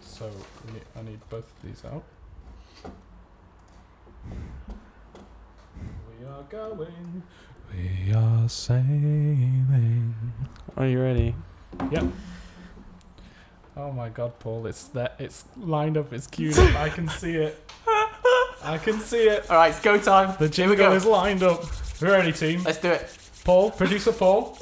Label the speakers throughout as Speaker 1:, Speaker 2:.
Speaker 1: So we need, I need both of these out. We are going. We are sailing.
Speaker 2: Are you ready?
Speaker 1: Oh my god, Paul! It's that. It's lined up. It's queued up. I can see it. I can see it.
Speaker 3: All right, it's go time.
Speaker 1: The
Speaker 3: Here
Speaker 1: jingle
Speaker 3: we go.
Speaker 1: is lined up. We're ready, team.
Speaker 3: Let's do it.
Speaker 1: Paul, producer Paul.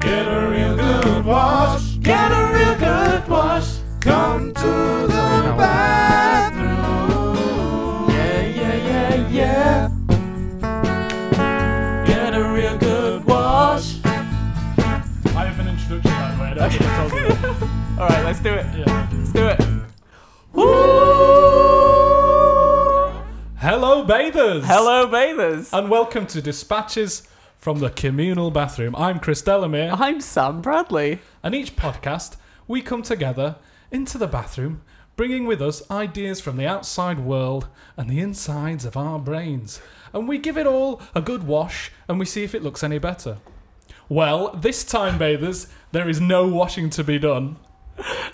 Speaker 1: Get a real good wash.
Speaker 3: Get a real good wash.
Speaker 4: Come to the bathroom.
Speaker 3: Yeah, yeah, yeah, yeah. Get a real good wash.
Speaker 1: I have an introduction, by the way. I don't think I told you.
Speaker 3: All right, let's do it.
Speaker 1: Yeah.
Speaker 3: Let's do it. Woo!
Speaker 1: Hello, bathers.
Speaker 3: Hello, bathers.
Speaker 1: And welcome to Dispatches from the Communal Bathroom. I'm Chris Delamere,
Speaker 3: I'm Sam Bradley.
Speaker 1: and each podcast we come together into the bathroom, bringing with us ideas from the outside world and the insides of our brains. And we give it all a good wash and we see if it looks any better. Well, this time, bathers, there is no washing to be done.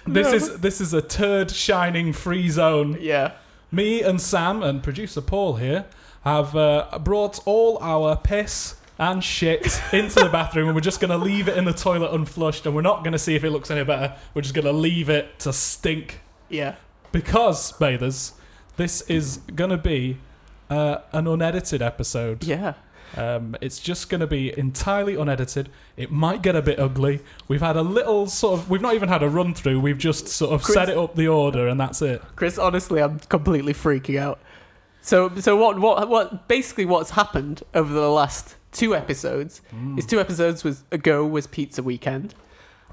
Speaker 1: This is this is a turd shining free zone.
Speaker 3: Yeah.
Speaker 1: Me and Sam and producer Paul here have uh, brought all our piss and shit into the bathroom, and we're just going to leave it in the toilet unflushed, and we're not going to see if it looks any better. We're just going to leave it to stink
Speaker 3: Yeah.
Speaker 1: because bathers, this is going to be uh, an unedited episode.
Speaker 3: Yeah.
Speaker 1: Um, it's just going to be entirely unedited. It might get a bit ugly. We've had a little sort of. We've not even had a run through. We've just sort of
Speaker 3: Chris-
Speaker 1: set it up the order, and that's it.
Speaker 3: Chris, honestly, I'm completely freaking out. So, so what, what, what? Basically, what's happened over the last two episodes
Speaker 1: Mm.
Speaker 3: is two episodes was ago was Pizza Weekend,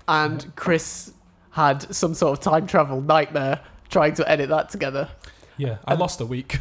Speaker 3: and Chris had some sort of time travel nightmare trying to edit that together.
Speaker 1: Yeah, I lost a week.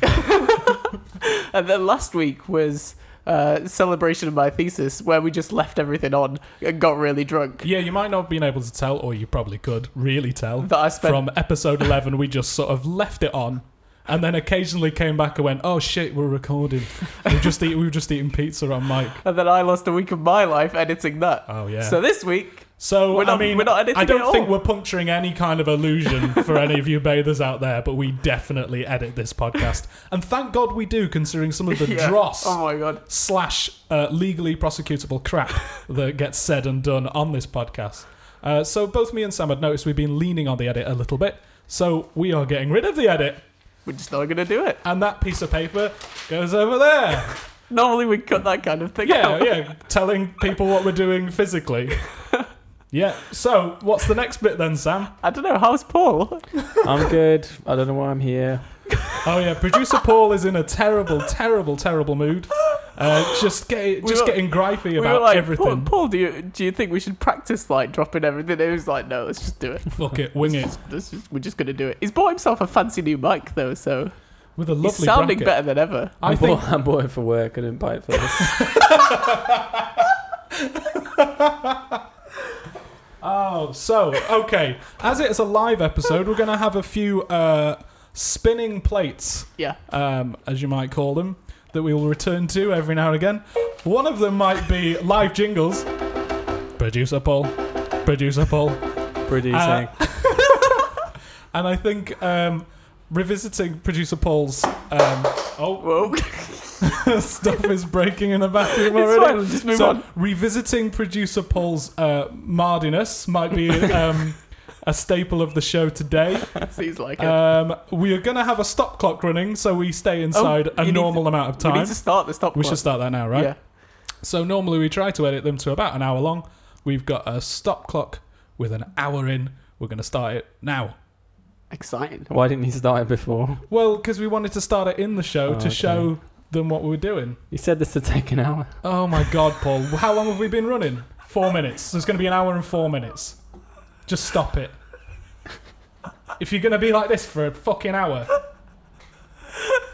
Speaker 3: And then last week was uh, celebration of my thesis, where we just left everything on and got really drunk.
Speaker 1: Yeah, you might not have been able to tell, or you probably could really tell.
Speaker 3: That I spent.
Speaker 1: From episode 11, we just sort of left it on. And then occasionally came back and went, oh shit, we're recording. We've just eat, we were just eating pizza on mic.
Speaker 3: and then I lost a week of my life editing that.
Speaker 1: Oh yeah.
Speaker 3: So
Speaker 1: So,
Speaker 3: this week, we're
Speaker 1: I
Speaker 3: not-
Speaker 1: mean,
Speaker 3: we're not editing
Speaker 1: I
Speaker 3: it
Speaker 1: don't
Speaker 3: all.
Speaker 1: think we're puncturing any kind of illusion for any of you bathers out there, but we definitely edit this podcast, and thank God we do, considering some of the
Speaker 3: Yeah.
Speaker 1: dross
Speaker 3: Oh my god.
Speaker 1: slash uh, legally prosecutable crap that gets said and done on this podcast. Uh, so both me and Sam had noticed we've been leaning on the edit a little bit, so we are getting rid of the edit,
Speaker 3: We're just not gonna do it.
Speaker 1: and that piece of paper goes over there.
Speaker 3: Normally we cut that kind of thing
Speaker 1: Yeah,
Speaker 3: out.
Speaker 1: yeah, telling people what we're doing physically. Yeah. So what's the next bit then, Sam?
Speaker 3: I don't know, how's Paul?
Speaker 2: I'm good. I don't know why I'm here.
Speaker 1: Oh yeah, producer Paul is in a terrible, terrible, terrible mood. Uh, just get,
Speaker 3: We
Speaker 1: just
Speaker 3: were-
Speaker 1: getting gripey
Speaker 3: We
Speaker 1: about
Speaker 3: were like, Paul,
Speaker 1: everything.
Speaker 3: Paul, do you do you think we should practice like dropping everything? It was like, no, let's just do it.
Speaker 1: Fuck it, wing it
Speaker 3: Let's just, we're just gonna do it. He's bought himself a fancy new mic though, so
Speaker 1: with a lovely
Speaker 3: he's sounding
Speaker 1: bracket.
Speaker 3: better than ever.
Speaker 2: I,
Speaker 1: I think
Speaker 2: bought, I bought it for work. I didn't buy it for this.
Speaker 1: Oh, so okay. As it's a live episode, we're going to have a few uh, spinning plates,
Speaker 3: Yeah.
Speaker 1: um, as you might call them, that we will return to every now and again. One of them might be live jingles. Producer Paul, producer Paul,
Speaker 2: Producing.
Speaker 1: and I think um, revisiting producer Paul's um, oh
Speaker 3: Whoa.
Speaker 1: stuff is breaking in the bathroom
Speaker 3: It's
Speaker 1: already.
Speaker 3: fine, let's just move
Speaker 1: so
Speaker 3: on.
Speaker 1: revisiting producer Paul's uh, mardiness might be um, a staple of the show today.
Speaker 3: Seems like it.
Speaker 1: Um, we are going to have a stop clock running, so we stay inside
Speaker 3: Oh, you
Speaker 1: a
Speaker 3: need
Speaker 1: normal amount of
Speaker 3: we
Speaker 1: time.
Speaker 3: need to start the stop
Speaker 1: We
Speaker 3: clock.
Speaker 1: should start that now, right?
Speaker 3: Yeah.
Speaker 1: So normally we try to edit them to about an hour long. We've got a stop clock with an hour in. We're going to start it now.
Speaker 3: Exciting.
Speaker 2: why didn't you start it before?
Speaker 1: Well, because we wanted to start it in the show
Speaker 2: Oh,
Speaker 1: to
Speaker 2: okay.
Speaker 1: show them what we were doing.
Speaker 2: You said this to take an hour.
Speaker 1: Oh my God, Paul! How long have we been running? Four minutes. So it's going to be an hour and four minutes. Just stop it. If you're going to be like this for a fucking hour,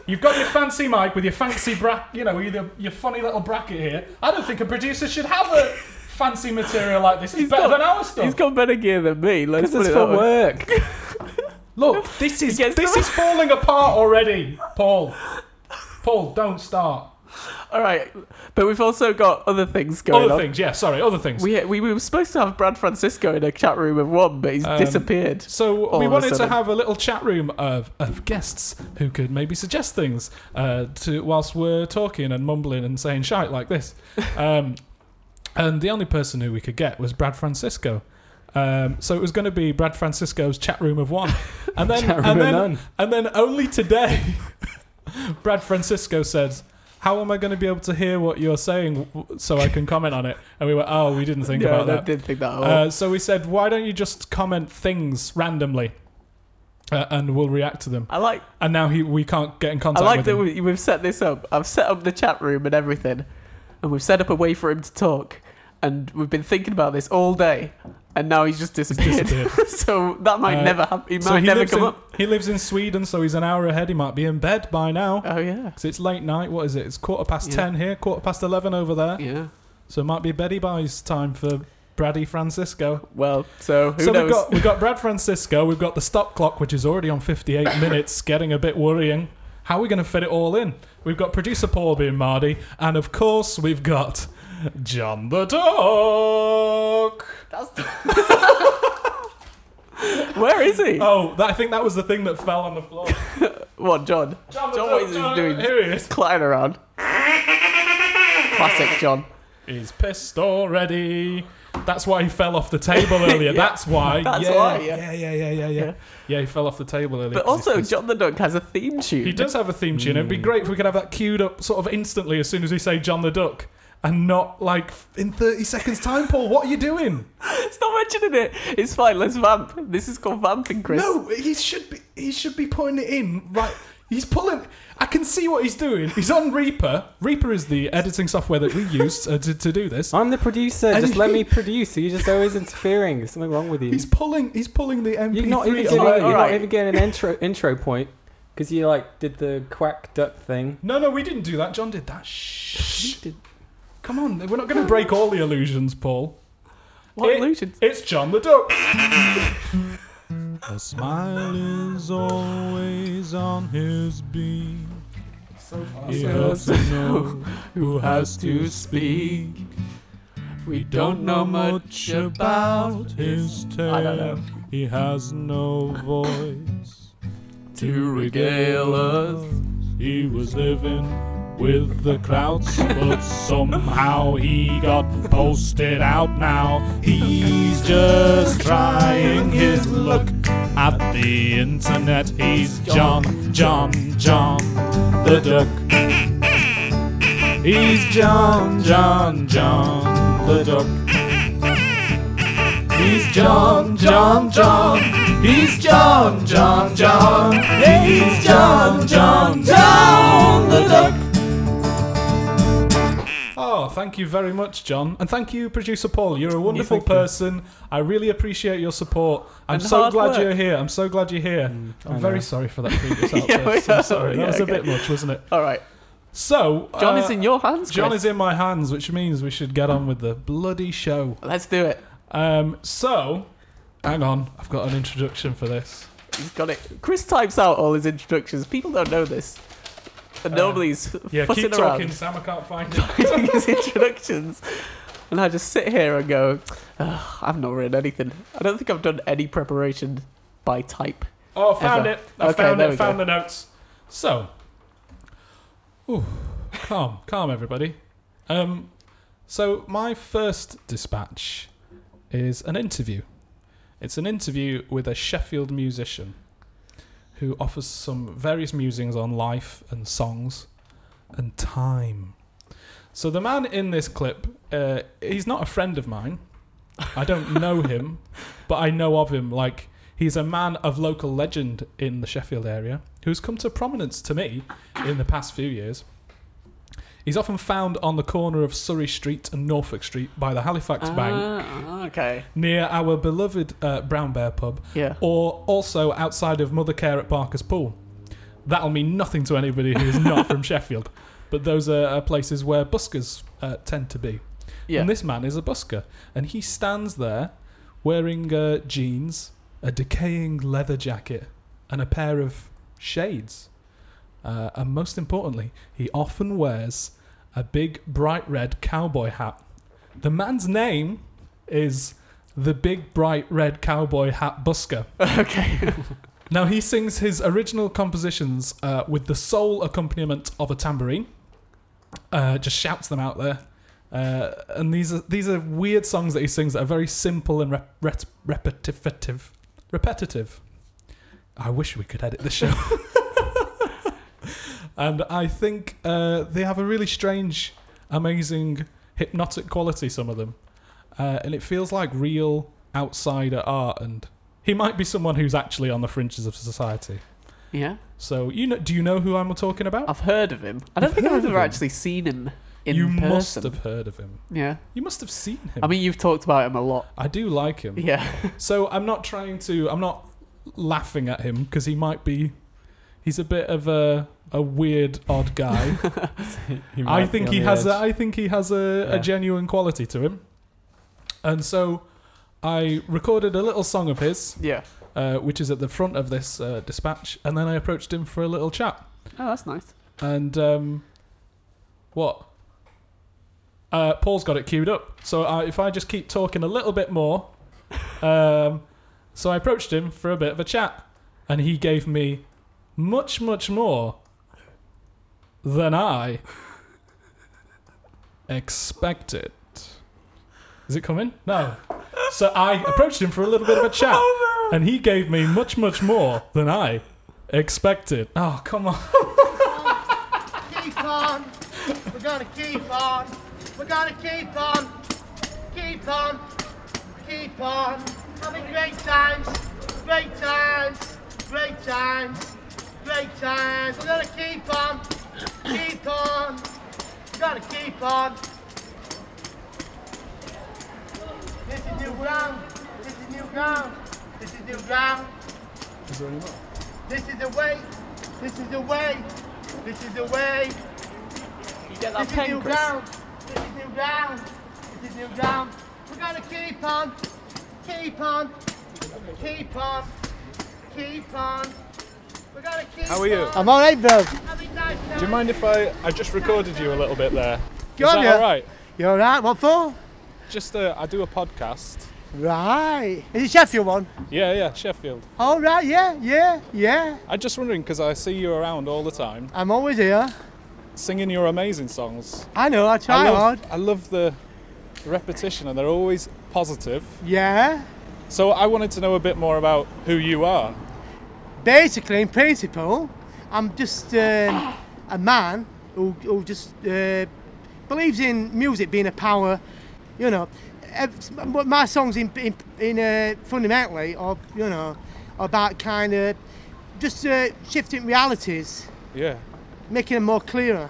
Speaker 1: you've got your fancy mic with your fancy bra, you know, your, your funny little bracket here. I don't think a producer should have a fancy material like this. It's
Speaker 3: He's
Speaker 1: better
Speaker 3: got-
Speaker 1: than our stuff.
Speaker 3: He's got better gear than me. Let's
Speaker 2: Because
Speaker 3: put
Speaker 2: it's
Speaker 3: it
Speaker 2: for
Speaker 3: that way.
Speaker 2: work.
Speaker 1: Look, this is
Speaker 3: gets
Speaker 1: this
Speaker 3: the-
Speaker 1: is falling apart already, Paul. Paul, don't start.
Speaker 3: All right, but we've also got other things going
Speaker 1: Other
Speaker 3: on.
Speaker 1: things, yeah, sorry, other things.
Speaker 3: We, we were supposed to have Brad Francisco in a chat room of one, but he's
Speaker 1: Um,
Speaker 3: disappeared.
Speaker 1: So
Speaker 3: All
Speaker 1: we
Speaker 2: Oh,
Speaker 3: of a
Speaker 1: wanted to
Speaker 3: sudden.
Speaker 1: have a little chat room of, of guests who could maybe suggest things uh, to whilst we're talking and mumbling and saying shite like this. Um, and the only person who we could get was Brad Francisco. Um, so it was going to be Brad Francisco's chat room of one, and then
Speaker 2: Chat room
Speaker 1: and
Speaker 2: of
Speaker 1: then
Speaker 2: none.
Speaker 1: and then only today, Brad Francisco says. How am I going to be able to hear what you're saying w- so I can comment on it? And we were, oh, we didn't think
Speaker 3: no,
Speaker 1: about
Speaker 3: I
Speaker 1: that.
Speaker 3: didn't think that. At all.
Speaker 1: Uh, so we said, why don't you just comment things randomly, uh, and we'll react to them.
Speaker 3: I like
Speaker 1: And now he, we can't get in
Speaker 3: I
Speaker 1: contact.
Speaker 3: like
Speaker 1: with
Speaker 3: that
Speaker 1: him.
Speaker 3: we, we've set this up. I've set up the chat room and everything, and we've set up a way for him to talk. And we've been thinking about this all day, and now he's just disappeared.
Speaker 1: disappeared.
Speaker 3: so that might
Speaker 1: Uh,
Speaker 3: never happen. He might
Speaker 1: so he
Speaker 3: never
Speaker 1: lives
Speaker 3: come
Speaker 1: in,
Speaker 3: up.
Speaker 1: He lives in Sweden, so he's an hour ahead. He might be in bed by now.
Speaker 3: Oh yeah,
Speaker 1: 'Cause it's late night. What is it? It's quarter past
Speaker 3: Yeah.
Speaker 1: ten here, quarter past eleven over there.
Speaker 3: yeah.
Speaker 1: So it might be Betty Bye's time for Braddy Francisco.
Speaker 3: Well, so who
Speaker 1: so
Speaker 3: knows?
Speaker 1: we've got we've got Brad Francisco. We've got the stop clock, which is already on 58 minutes, getting a bit worrying. How are we going to fit it all in? We've got producer Paul being Mardy, and of course we've got John the Dog.
Speaker 3: Where is he?
Speaker 1: Oh, that, I think that was the thing that fell on the floor.
Speaker 3: what, John?
Speaker 1: John, the
Speaker 3: John,
Speaker 1: Dog,
Speaker 3: what is he
Speaker 1: John-
Speaker 3: doing?
Speaker 1: Here he is.
Speaker 3: Climbing around. Classic John.
Speaker 1: He's pissed already. That's why he fell off the table earlier.
Speaker 3: Yeah.
Speaker 1: That's why.
Speaker 3: That's
Speaker 1: yeah,
Speaker 3: why,
Speaker 1: Yeah,
Speaker 3: yeah.
Speaker 1: yeah, yeah, yeah, yeah, yeah.
Speaker 3: Yeah.
Speaker 1: he fell off the table earlier.
Speaker 3: But
Speaker 1: 'cause he's
Speaker 3: also,
Speaker 1: pissed.
Speaker 3: John the Duck has a theme tune.
Speaker 1: He does have a theme tune. It'd be great if we could have that queued up sort of instantly as soon as we say John the Duck. And not like in 30 seconds time, Paul. What are you doing?
Speaker 3: Stop mentioning it. It's fine. Let's vamp. This is called vamping, Chris.
Speaker 1: No, he should be. He should be putting it in. Right, he's pulling. I can see what he's doing. He's on Reaper. Reaper is the editing software that we use uh, to, to do this.
Speaker 2: I'm the producer.
Speaker 1: And
Speaker 2: Just let
Speaker 1: he-
Speaker 2: me produce. You're just always interfering. There's something wrong with you.
Speaker 1: He's pulling. He's pulling the MP3.
Speaker 2: You're not even getting,
Speaker 1: away.
Speaker 2: you're not
Speaker 3: Alright.
Speaker 2: even getting an intro intro point because you like did the quack duck thing.
Speaker 1: No, no, we didn't do that. John did that. Shh. Come on, we're not going to break all the illusions, Paul.
Speaker 3: What
Speaker 1: It-
Speaker 3: illusion?
Speaker 1: It's John the Duck. A smile is always on his beam. He has to know who has to speak.
Speaker 3: We
Speaker 1: Don't know much about his tale.
Speaker 3: I don't know.
Speaker 1: He has no voice
Speaker 3: To regale us.
Speaker 1: He was living with the clouds, but somehow he got posted out now. He's just trying his luck at the internet. He's John, John, John the Duck. He's John, John, John the Duck. He's John, John, John. He's John, John, John. He's John, John, John the Duck. Oh, thank you very much, John. And thank you, producer Paul. You're a wonderful
Speaker 2: thank you.
Speaker 1: person. I really appreciate your support. I'm
Speaker 3: And
Speaker 1: so
Speaker 3: hard
Speaker 1: glad
Speaker 3: work.
Speaker 1: you're here. I'm so glad you're here.
Speaker 2: Mm, I
Speaker 1: I'm
Speaker 2: know.
Speaker 1: very sorry for that previous outburst.
Speaker 3: Yeah, we
Speaker 1: I'm
Speaker 3: are.
Speaker 1: sorry. That
Speaker 3: Yeah,
Speaker 1: was a
Speaker 3: okay.
Speaker 1: bit much, wasn't it?
Speaker 3: All right.
Speaker 1: So,
Speaker 3: John
Speaker 1: uh,
Speaker 3: is in your hands, Chris.
Speaker 1: John is in my hands, which means we should get on with the bloody show.
Speaker 3: Let's do it.
Speaker 1: Um, so, hang on, I've got an introduction for this.
Speaker 3: He's got it. Chris types out all his introductions. People don't know this. And
Speaker 1: Uh,
Speaker 3: normally he's
Speaker 1: Yeah,
Speaker 3: fussing
Speaker 1: keep
Speaker 3: around
Speaker 1: talking, Sam. I can't find it.
Speaker 3: writing his introductions. And I just sit here and go, "Ugh, I've not written anything. I don't think I've done any preparation by type.
Speaker 1: Oh, found
Speaker 3: Ever.
Speaker 1: it. I
Speaker 3: Okay,
Speaker 1: found
Speaker 3: there
Speaker 1: it.
Speaker 3: we
Speaker 1: Found the notes. So, ooh, calm, calm, everybody. Um, so my first dispatch is an interview. It's an interview with a Sheffield musician who offers some various musings on life and songs and time. So the man in this clip, uh, he's not a friend of mine. I don't know him, but I know of him. Like he's a man of local legend in the Sheffield area who's come to prominence to me in the past few years. He's often found on the corner of Surrey Street and Norfolk Street by the Halifax Bank
Speaker 3: Ah, okay.
Speaker 1: near our beloved uh, Brown Bear pub
Speaker 3: Yeah.
Speaker 1: or also outside of Mothercare at Barker's Pool. That'll mean nothing to anybody who is not from Sheffield, but those are uh, places where buskers uh, tend to be.
Speaker 3: Yeah.
Speaker 1: And this man is a busker, and he stands there wearing uh, jeans, a decaying leather jacket, and a pair of shades. Uh, and most importantly, he often wears a big bright red cowboy hat. The man's name is the Big Bright Red Cowboy Hat Busker.
Speaker 3: Okay.
Speaker 1: Now he sings his original compositions uh, with the sole accompaniment of a tambourine. Uh, just shouts them out there, uh, and these are these are weird songs that he sings that are very simple and rep- ret- repetitive. Repetitive. I wish we could edit the show. and I think uh, they have a really strange, amazing, hypnotic quality. Some of them, uh, and it feels like real outsider art and he might be someone who's actually on the fringes of society.
Speaker 3: Yeah.
Speaker 1: So you know, do you know who I'm talking about?
Speaker 3: I've heard of him. I don't
Speaker 1: You've
Speaker 3: think
Speaker 1: heard
Speaker 3: I've
Speaker 1: of
Speaker 3: ever
Speaker 1: him?
Speaker 3: actually seen him in
Speaker 1: you
Speaker 3: person.
Speaker 1: must have heard of him.
Speaker 3: Yeah.
Speaker 1: You must have seen him.
Speaker 3: I mean, you've talked about him a lot.
Speaker 1: I do like him.
Speaker 3: Yeah.
Speaker 1: So I'm not trying to. I'm not laughing at him because he might be. He's a bit of a a weird, odd guy.
Speaker 2: He might
Speaker 1: I
Speaker 2: be
Speaker 1: think
Speaker 2: on
Speaker 1: he
Speaker 2: the
Speaker 1: has. A,
Speaker 2: edge.
Speaker 1: I think he has a,
Speaker 2: Yeah.
Speaker 1: a genuine quality to him. And so, I recorded a little song of his,
Speaker 3: Yeah.
Speaker 1: uh, which is at the front of this uh, dispatch, and then I approached him for a little chat.
Speaker 3: Oh, that's nice.
Speaker 1: And um, what? Uh, Paul's got it queued up. So I, if I just keep talking a little bit more, um, so I approached him for a bit of a chat, and he gave me much, much more than I expected. Is it coming? No. So I approached him for a little bit of a chat, and he gave me much, much more than I expected. Oh, come on.
Speaker 5: keep on. We're gonna keep on. We're gonna keep on. Keep on. Keep on. Having great times. Great times. Great times. Great times. We're gonna keep on. Keep on. We're gonna keep on. This is new ground. This is new ground. This is new ground. This is the way. This is the way. This is the way.
Speaker 3: You get
Speaker 5: This is new ground. This is new ground. This is new ground. We're gonna keep on, keep on, keep on, keep on. We're gonna keep
Speaker 1: How are you?
Speaker 5: on.
Speaker 6: I'm all right, bro.
Speaker 5: Having nice
Speaker 1: Do you mind if I? I just recorded you a little bit there. Is
Speaker 6: on,
Speaker 1: that
Speaker 6: yeah.
Speaker 1: all right?
Speaker 6: You all right? What for?
Speaker 1: Just uh, I do a podcast.
Speaker 6: Right. Is it Sheffield one?
Speaker 1: Yeah, yeah, Sheffield.
Speaker 6: All right, yeah, yeah, yeah.
Speaker 1: I'm just wondering because I see you around all the time,
Speaker 6: I'm always here.
Speaker 1: singing your amazing songs.
Speaker 6: I know, I
Speaker 1: I
Speaker 6: try hard.
Speaker 1: love, I love the repetition, and they're always positive.
Speaker 6: Yeah.
Speaker 1: So I wanted to know a bit more about who you are.
Speaker 6: Basically, in principle, I'm just uh, a man who, who just uh, believes in music being a power, you know. Ev- But my songs, in, in, in uh, fundamentally, are, you know, about kind of just uh, shifting realities,
Speaker 1: Yeah.
Speaker 6: making them more clearer.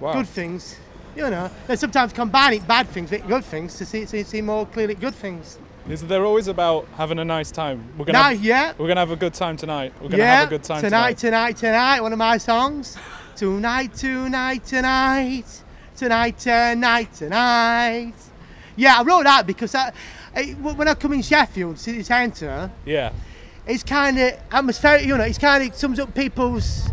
Speaker 1: Wow.
Speaker 6: good things, you know, and sometimes combining bad things with good things to see, see, see more clearly good things.
Speaker 1: Is they're always about having a nice time. We're gonna.
Speaker 6: Now,
Speaker 1: have,
Speaker 6: yeah,
Speaker 1: We're gonna have a good time tonight. We're gonna
Speaker 6: yeah,
Speaker 1: have a good time
Speaker 6: tonight,
Speaker 1: tonight.
Speaker 6: tonight, tonight, one of my songs. tonight, tonight, tonight, tonight, tonight, tonight. Yeah, I wrote that because I, I, when I come in Sheffield city centre,
Speaker 1: Yeah.
Speaker 6: it's kind of atmospheric, you know, it's kind of sums up people's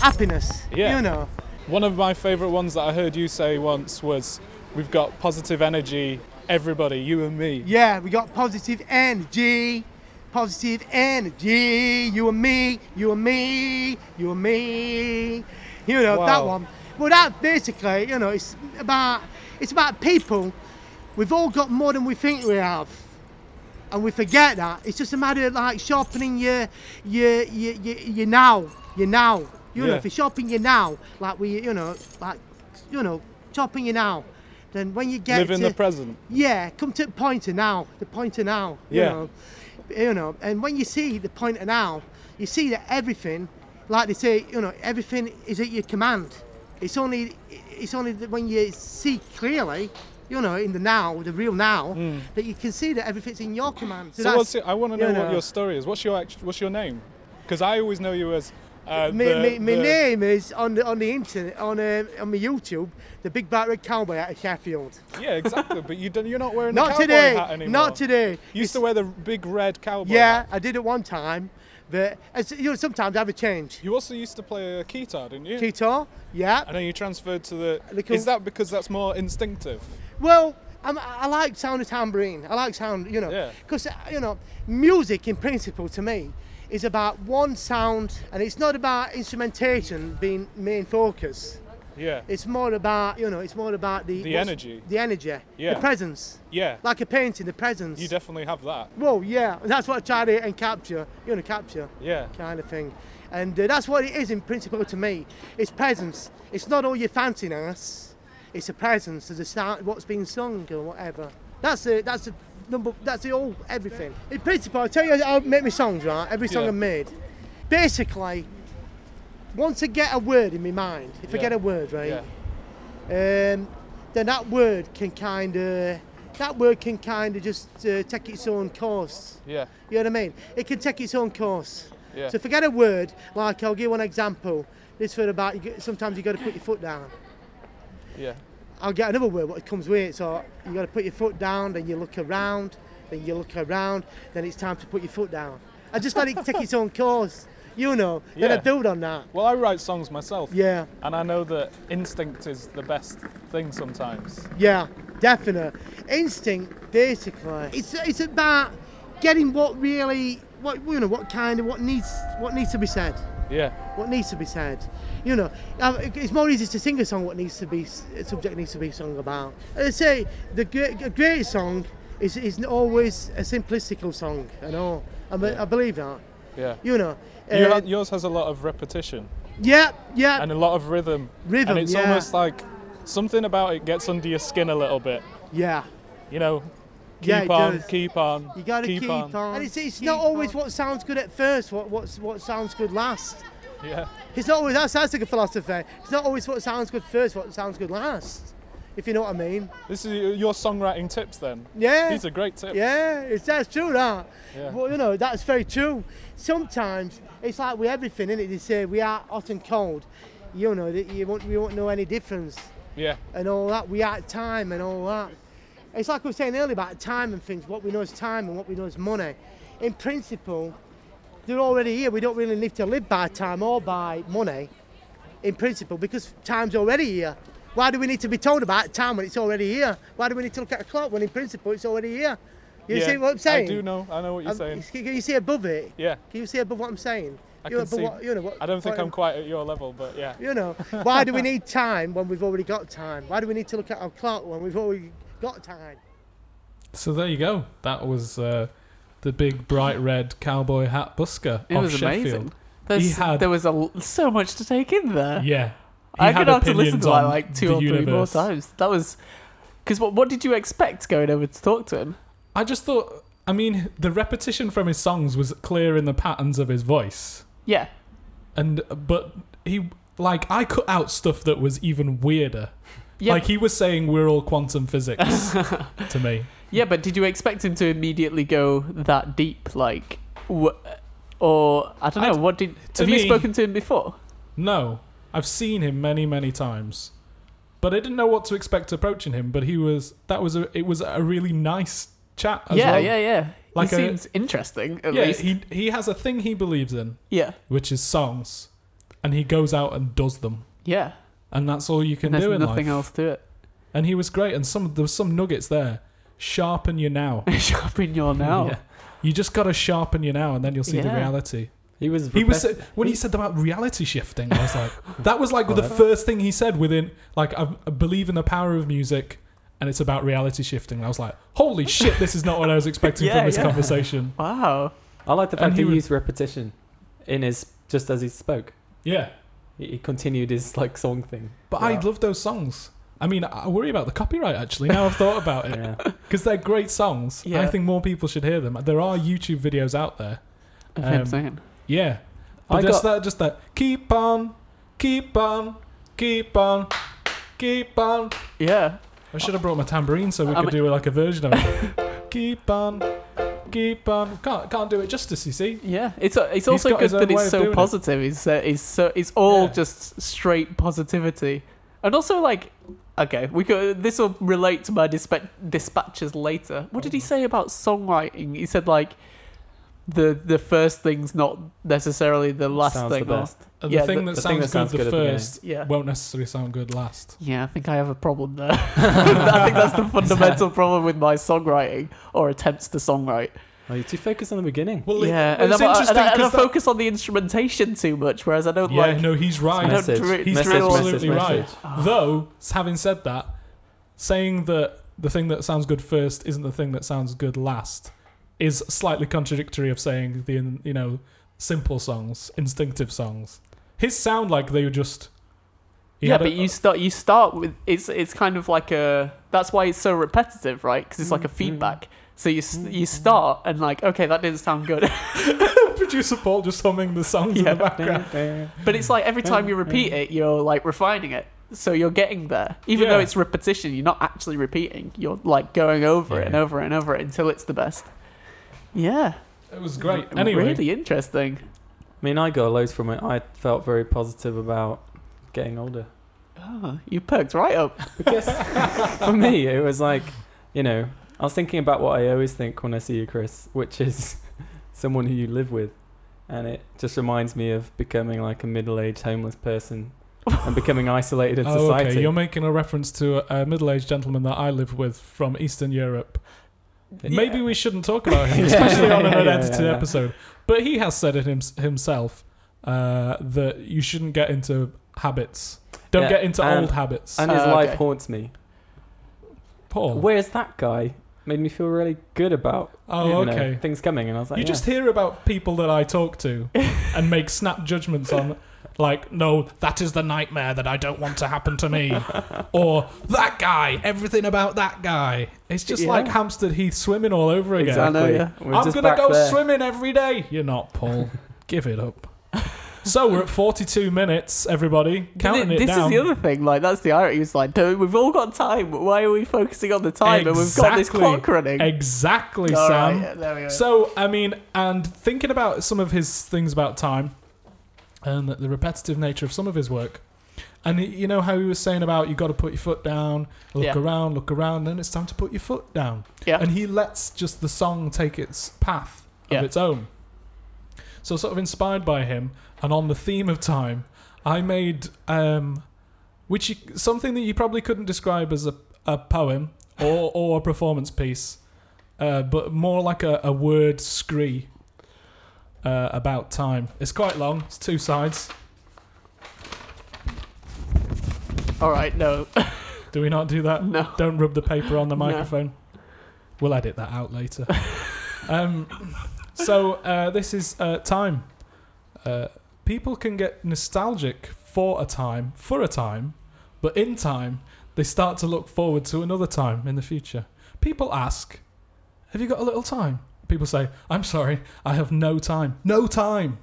Speaker 6: happiness,
Speaker 1: Yeah.
Speaker 6: you know.
Speaker 1: One of my favourite ones that I heard you say once was, "We've got positive energy, everybody, you and me."
Speaker 6: Yeah, we got positive energy. Positive energy. You and me, you and me, you and me. You know, that
Speaker 1: Wow.
Speaker 6: one. Well, that basically, you know, it's about it's about people. We've all got more than we think we have. And we forget that. It's just a matter of like sharpening your your your, your, your now. Your now. You know,
Speaker 1: Yeah.
Speaker 6: if you're sharpening your now, like we you know, like you know, sharpen your now. Then when you get
Speaker 1: Live in
Speaker 6: to,
Speaker 1: the present.
Speaker 6: yeah, come to the pointer now. The pointer now. You
Speaker 1: Yeah.
Speaker 6: Know, you know, and when you see the pointer now, you see that everything, like they say, you know, everything is at your command. It's only, it's only that when you see clearly, you know, in the now, the real now, that you can see that everything's in your command.
Speaker 1: Hmm. So,
Speaker 6: that's-
Speaker 1: what's your, I want to know,
Speaker 6: you
Speaker 1: what
Speaker 6: know.
Speaker 1: your story is. What's your act- what's your name? Because I always know you as. Uh,
Speaker 6: my,
Speaker 1: the-
Speaker 6: my, my
Speaker 1: the-
Speaker 6: name is on the on the internet on uh, on my YouTube, the Big Black Red Cowboy out of Sheffield.
Speaker 1: Yeah, exactly. but you don't, you're not wearing the
Speaker 6: Not
Speaker 1: cowboy
Speaker 6: today.
Speaker 1: hat anymore.
Speaker 6: Not today.
Speaker 1: You used to wear the big red cowboy
Speaker 6: Yeah,
Speaker 1: hat.
Speaker 6: I did it one time, that as you know, sometimes I have a change.
Speaker 7: You also used to play a guitar, didn't you?
Speaker 6: Guitar, yeah.
Speaker 7: I know you transferred to the.
Speaker 6: Like a-
Speaker 7: Is that because that's more instinctive?
Speaker 6: Well, I'm, I like sound of tambourine. I like sound, you know,
Speaker 7: Yeah.
Speaker 6: because you know, music in principle to me is about one sound, and it's not about instrumentation being main focus.
Speaker 7: Yeah.
Speaker 6: It's more about you know, it's more about the
Speaker 7: The
Speaker 6: what's-
Speaker 7: energy.
Speaker 6: the energy,
Speaker 7: Yeah.
Speaker 6: the presence,
Speaker 7: Yeah.
Speaker 6: like a painting, the presence.
Speaker 7: You definitely have that.
Speaker 6: Well, yeah, that's what I try to and capture, you know, capture
Speaker 7: Yeah.
Speaker 6: kind of thing. And uh, that's what it is in principle to me. It's presence. It's not all your fanciness. It's a presence. There's a sound, what's being sung or whatever. That's the that's the number. That's the all everything. In principle, I tell you, how I make my songs right. Every song
Speaker 7: Yeah.
Speaker 6: I made, basically, once I get a word in my mind, if I
Speaker 7: Yeah.
Speaker 6: get a word right,
Speaker 7: Yeah.
Speaker 6: um, then that word can kind of that word can kind of just uh, take its own course.
Speaker 7: Yeah.
Speaker 6: You know what I mean? It can take its own course.
Speaker 7: Yeah.
Speaker 6: So forget a word. Like I'll give one example. This for about you get, sometimes you got to put your foot down.
Speaker 7: Yeah.
Speaker 6: I'll get another word. What comes with it? So you got to put your foot down. Then you look around. Then you look around. Then it's time to put your foot down. I just let it take its own course. You know. Then I
Speaker 7: Yeah.
Speaker 6: build on that.
Speaker 7: Well, I write songs myself.
Speaker 6: Yeah.
Speaker 7: And I know that instinct is the best thing sometimes.
Speaker 6: Yeah, definite. Instinct, basically. It's it's about getting what really, what you know, what kind of what needs what needs to be said.
Speaker 7: Yeah.
Speaker 6: What needs to be said. You know, uh, it- it's more easy to sing a song what needs to be s- a subject needs to be sung about. As I say the great, a great song is is always a simplistical song. I know. I, be- I believe that.
Speaker 7: Yeah.
Speaker 6: You know.
Speaker 7: You
Speaker 6: uh,
Speaker 7: ha- yours has a lot of repetition
Speaker 6: yeah, yeah.
Speaker 7: and a lot of rhythm.
Speaker 6: Rhythm,
Speaker 7: And it's
Speaker 6: yeah.
Speaker 7: almost like something about it gets under your skin a little bit.
Speaker 6: yeah.
Speaker 7: You know, keep
Speaker 6: Yeah, it
Speaker 7: on,
Speaker 6: does.
Speaker 7: keep on.
Speaker 6: You gotta keep, on. And it's, it's not always what sounds good at first, what what's what sounds good last.
Speaker 7: Yeah.
Speaker 6: It's not always that's that's like a philosophy. It's not always what sounds good first, what sounds good last. If you know what I mean.
Speaker 7: This is y- your songwriting tips then.
Speaker 6: Yeah.
Speaker 7: These are great tips.
Speaker 6: Yeah, it's that's true that.
Speaker 7: Yeah.
Speaker 6: Well, you know, that's very true. Sometimes it's like with everything, is it? They say we are hot and cold. You know, that you won't you won't know any difference
Speaker 7: Yeah.
Speaker 6: and all that. We are time and all that. It's like we were saying earlier about time and things, what we know is time and what we know is money. In principle, they're already here. We don't really need to live by time or by money, in principle, because time's already here. Why do we need to be told about time when it's already here? Why do we need to look at a clock when, in principle, it's already here? You
Speaker 7: Yeah.
Speaker 6: see what I'm saying?
Speaker 7: I do know. I know what you're
Speaker 6: I'm-
Speaker 7: saying.
Speaker 6: Can you see above it?
Speaker 7: Yeah.
Speaker 6: Can you see above what I'm saying?
Speaker 7: I
Speaker 6: You know,
Speaker 7: can
Speaker 6: above
Speaker 7: see.
Speaker 6: what- you know what-
Speaker 7: I don't think
Speaker 6: what
Speaker 7: I'm quite at your level, but yeah.
Speaker 6: you know, why do we need time when we've already got time? Why do we need to look at our clock when we've already got time?
Speaker 1: So there you go. That was uh, the big bright red cowboy hat busker
Speaker 3: It
Speaker 1: of
Speaker 3: was
Speaker 1: Sheffield.
Speaker 3: amazing. There's,
Speaker 1: had-
Speaker 3: there was a l so much to take in there.
Speaker 1: Yeah. He
Speaker 3: I could
Speaker 1: had
Speaker 3: have to listen
Speaker 1: opinions
Speaker 3: to that
Speaker 1: on
Speaker 3: like two
Speaker 1: the
Speaker 3: or three
Speaker 1: universe.
Speaker 3: more times. That was because what, what did you expect going over to talk to him?
Speaker 1: I just thought, I mean, the repetition from his songs was clear in the patterns of his voice.
Speaker 3: Yeah,
Speaker 1: And, but he, like, I cut out stuff that was even weirder.
Speaker 3: yeah,
Speaker 1: Like, he was saying, we're all quantum physics to me.
Speaker 3: yeah. But did you expect him to immediately go that deep, like, wh- or I don't know?
Speaker 1: I'd-
Speaker 3: what did
Speaker 1: to
Speaker 3: have you
Speaker 1: me-
Speaker 3: spoken to him before?
Speaker 1: No, I've seen him many, many times, but I didn't know what to expect approaching him. But he was that was a it was a really nice chat. As
Speaker 3: yeah,
Speaker 1: well.
Speaker 3: yeah, yeah,
Speaker 1: Like
Speaker 3: he
Speaker 1: a-
Speaker 3: seems interesting at
Speaker 1: yeah.
Speaker 3: least.
Speaker 1: He he has a thing he believes in,
Speaker 3: yeah,
Speaker 1: which is songs, and he goes out and does them,
Speaker 3: yeah.
Speaker 1: and that's all you can
Speaker 3: And there's
Speaker 1: do in
Speaker 3: nothing
Speaker 1: life.
Speaker 3: else to it.
Speaker 1: And he was great, and some there was some nuggets there. Sharpen your now.
Speaker 3: Sharpen your now.
Speaker 1: Yeah. You just gotta sharpen your now, and then you'll see the
Speaker 3: Yeah.
Speaker 1: reality.
Speaker 2: He was.
Speaker 1: He was
Speaker 2: repet-
Speaker 1: when he said about reality shifting. I was like, that was like the first thing he said within like I I believe in the power of music, and it's about reality shifting. And I was like, holy shit, this is not what I was expecting
Speaker 3: Yeah,
Speaker 1: from this
Speaker 3: yeah.
Speaker 1: conversation.
Speaker 3: Wow.
Speaker 2: I like the
Speaker 1: and
Speaker 2: fact
Speaker 1: he
Speaker 2: he,
Speaker 1: was-
Speaker 2: used repetition in his just as he spoke.
Speaker 1: Yeah,
Speaker 2: He, he continued his like song thing.
Speaker 1: but I
Speaker 2: Yeah.
Speaker 1: love those songs. I mean, I worry about the copyright actually. Now I've thought about it
Speaker 2: Yeah.
Speaker 1: because they're great songs. I
Speaker 3: Yeah.
Speaker 1: think more people should hear them. There are YouTube videos out there.
Speaker 3: Of him
Speaker 1: Um,
Speaker 3: saying.
Speaker 1: Yeah,
Speaker 2: I
Speaker 1: but just
Speaker 2: got-
Speaker 1: that, just that. Keep on, keep on, keep on, keep on.
Speaker 3: Yeah.
Speaker 1: I should have brought my tambourine so we
Speaker 3: I
Speaker 1: could do like a version of it. keep on, keep on. Can't can't do it justice, you see.
Speaker 3: Yeah, it's uh, it's
Speaker 1: He's
Speaker 3: also
Speaker 1: got
Speaker 3: good
Speaker 1: his own
Speaker 3: that
Speaker 1: way
Speaker 3: it's
Speaker 1: of
Speaker 3: so
Speaker 1: doing it.
Speaker 3: positive. It's uh, it's so it's all
Speaker 1: Yeah.
Speaker 3: just straight positivity, and also like, okay, we could this will relate
Speaker 1: Mm.
Speaker 3: to my dispa- dispatches later. What did he say about songwriting? He said like, the the first thing's not necessarily the last
Speaker 2: Sounds
Speaker 3: thing.
Speaker 2: the best.
Speaker 1: And
Speaker 3: Yeah,
Speaker 1: the thing
Speaker 3: the-
Speaker 1: that
Speaker 2: the
Speaker 1: sounds
Speaker 2: thing that
Speaker 1: good
Speaker 2: sounds
Speaker 1: the
Speaker 2: good at the
Speaker 1: first
Speaker 3: Yeah.
Speaker 1: won't necessarily sound good last.
Speaker 3: Yeah, I think I have a problem there. I think that's the fundamental problem with my songwriting or attempts to songwrite.
Speaker 2: Oh, you're too focused on the beginning.
Speaker 1: Well, it-
Speaker 3: yeah, and,
Speaker 1: it's
Speaker 3: I'm- I, and,
Speaker 1: interesting
Speaker 3: I, and I
Speaker 1: 'cause that-
Speaker 3: focus on the instrumentation too much, whereas I don't
Speaker 1: yeah,
Speaker 3: like. Ah.
Speaker 1: no, he's
Speaker 3: I don't
Speaker 1: right.
Speaker 2: message.
Speaker 3: dri-
Speaker 1: He's
Speaker 2: message,
Speaker 3: drill-
Speaker 1: absolutely
Speaker 2: message,
Speaker 1: right.
Speaker 2: message.
Speaker 1: Though, having said that, saying that the thing that sounds good first isn't the thing that sounds good last is slightly contradictory of saying the in- you know simple songs, instinctive songs. His sound like they were just. he
Speaker 3: yeah,
Speaker 1: had a-
Speaker 3: but you start you start with it's it's kind of like a that's why it's so repetitive, right? Because it's like
Speaker 1: Mm,
Speaker 3: a feedback. So you s you start and like okay, that didn't sound good,
Speaker 1: producer Paul just humming the songs in
Speaker 3: Yeah.
Speaker 1: the background.
Speaker 3: but it's like every time you repeat it, you're like refining it. So you're getting there, even though
Speaker 1: Yeah.
Speaker 3: it's repetition. You're not actually repeating. You're like going over it and
Speaker 2: Yeah.
Speaker 3: over it and over it until it's the best. Yeah,
Speaker 1: It was great.
Speaker 3: R-
Speaker 1: Anyway,
Speaker 3: really interesting.
Speaker 2: I mean, I got loads from it. I felt very positive about getting older.
Speaker 3: Oh, you perked right up.
Speaker 2: Because for me, it was like, you know, I was thinking about what I always think when I see you, Chris, which is someone who you live with. And it just reminds me of becoming like a middle aged homeless person and becoming isolated in
Speaker 1: oh,
Speaker 2: society.
Speaker 1: okay. You're making a reference to a, a middle-aged gentleman that I live with from Eastern Europe. Maybe we shouldn't talk about him,
Speaker 2: Yeah.
Speaker 1: especially on an
Speaker 2: Yeah, yeah,
Speaker 1: unedited
Speaker 2: yeah.
Speaker 1: episode. But he has said it hims himself uh, that you shouldn't get into habits. Don't
Speaker 2: Yeah,
Speaker 1: get into
Speaker 2: and-
Speaker 1: old habits.
Speaker 2: and his
Speaker 3: Uh,
Speaker 2: life
Speaker 3: okay.
Speaker 2: haunts me.
Speaker 1: Paul.
Speaker 2: Where's that guy? Made me feel really good about
Speaker 1: oh,
Speaker 2: you know,
Speaker 1: okay.
Speaker 2: things coming, and I was like,
Speaker 1: you
Speaker 2: yeah.
Speaker 1: just hear about people that I talk to and make snap judgments on, like, no, that is the nightmare that I don't want to happen to me. or that guy, everything about that guy. It's just
Speaker 3: Yeah.
Speaker 1: like Hampstead Heath swimming all over again.
Speaker 2: exactly.
Speaker 3: I know, yeah.
Speaker 2: We're
Speaker 1: I'm
Speaker 2: just
Speaker 1: going to
Speaker 2: back
Speaker 1: go
Speaker 2: there.
Speaker 1: swimming every day. You're not, Paul. Give it up. So we're at 42 minutes, everybody. Counting
Speaker 3: Th-
Speaker 1: it
Speaker 3: this
Speaker 1: down.
Speaker 3: is the other thing. Like that's the irony. It's like "Dude, we've all got time. Why are we focusing on the time? And we've got this
Speaker 1: Exactly.
Speaker 3: clock running.
Speaker 1: Exactly,
Speaker 3: All right,
Speaker 1: Sam.
Speaker 3: yeah, there we go.
Speaker 1: So, I mean, and thinking about some of his things about time and the repetitive nature of some of his work, and y- you know how he was saying about you got to put your foot down, look
Speaker 3: Yeah.
Speaker 1: around, look around, then it's time to put your foot down.
Speaker 3: Yeah.
Speaker 1: And he lets just the song take its path of
Speaker 3: Yeah.
Speaker 1: its own. So, sort of inspired by him and on the theme of time, I made um, which you, something that you probably couldn't describe as a, a poem or, or a performance piece, uh, but more like a, a word scree uh, about time. It's quite long, it's two sides.
Speaker 3: all right, no,
Speaker 1: Do we not do that?
Speaker 3: no.
Speaker 1: Don't rub the paper on the
Speaker 3: No.
Speaker 1: microphone. We'll edit that out later. um, so uh, this is uh, time. Uh, people can get nostalgic for a time, for a time, but in time they start to look forward to another time in the future. People ask, "Have you got a little time?" People say, "I'm sorry, I have no time. No time."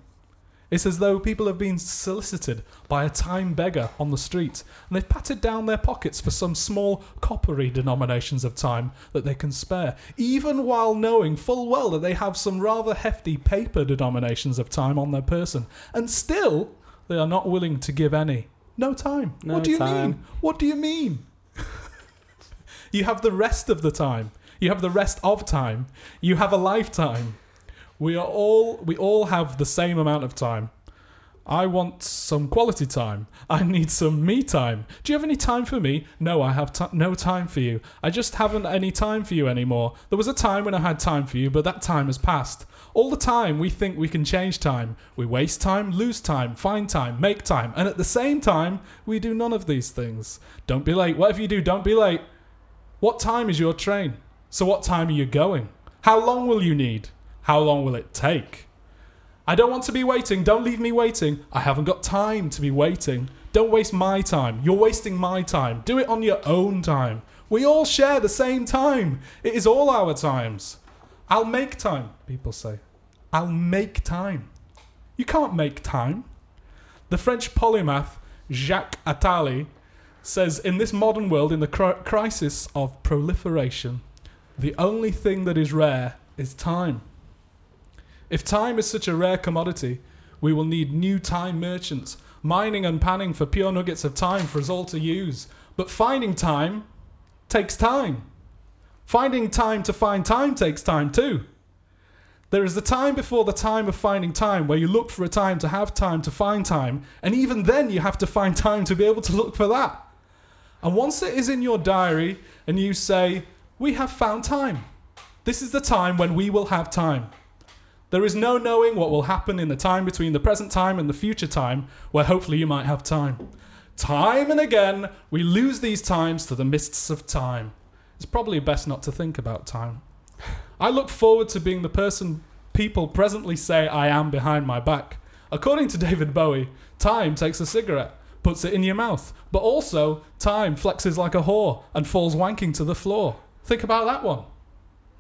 Speaker 1: It's as though people have been solicited by a time beggar on the street, and they've patted down their pockets for some small coppery denominations of time that they can spare, even while knowing full well that they have some rather hefty paper denominations of time on their person, and still they are not willing to give any. No time.
Speaker 2: No
Speaker 1: what do you
Speaker 2: time.
Speaker 1: mean? What do you mean? you have the rest of the time. You have the rest of time. You have a lifetime. We are all we all have the same amount of time. I want some quality time. I need some me time. Do you have any time for me? No, I have ti no time for you. I just haven't any time for you anymore. There was a time when I had time for you, but that time has passed. All the time we think we can change time. We waste time, lose time, find time, make time, and at the same time we do none of these things. Don't be late. Whatever you do, don't be late. What time is your train? So what time are you going? How long will you need? How long will it take? I don't want to be waiting. Don't leave me waiting. I haven't got time to be waiting. Don't waste my time. You're wasting my time. Do it on your own time. We all share the same time. It is all our times. I'll make time, people say. I'll make time. You can't make time. The French polymath Jacques Attali says in this modern world, in the cri- crisis of proliferation, the only thing that is rare is time. If time is such a rare commodity, we will need new time merchants, mining and panning for pure nuggets of time for us all to use. But finding time takes time. Finding time to find time takes time too. There is the time before the time of finding time, where you look for a time to have time to find time, and even then you have to find time to be able to look for that. And once it is in your diary and you say, We have found time, this is the time when we will have time. There is no knowing what will happen in the time between the present time and the future time, where hopefully you might have time. Time and again, we lose these times to the mists of time. It's probably best not to think about time. I look forward to being the person people presently say I am behind my back. According to David Bowie, time takes a cigarette, puts it in your mouth, but also time flexes like a whore and falls wanking to the floor. Think about that one.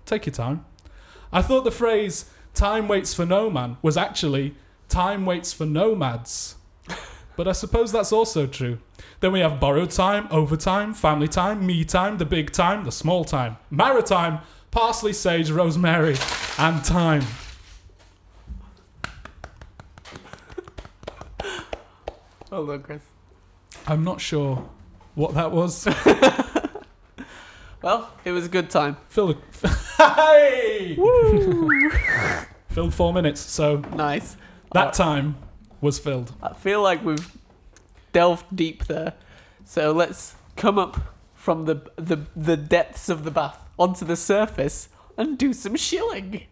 Speaker 1: Take your time. I thought the phrase time waits for no man was actually time waits for nomads. But I suppose that's also true. Then we have borrowed time, overtime, family time, me time, the big time, the small time, maritime, parsley, sage, rosemary, and time.
Speaker 3: Well done, Oh, Chris.
Speaker 1: I'm not sure what that was.
Speaker 3: Well, it was a good time.
Speaker 1: Phil. hey! Woo! Filled four minutes, so
Speaker 3: Nice.
Speaker 1: that time was filled.
Speaker 3: I feel like we've delved deep there. So let's come up from the the, the depths of the bath onto the surface and do some shilling.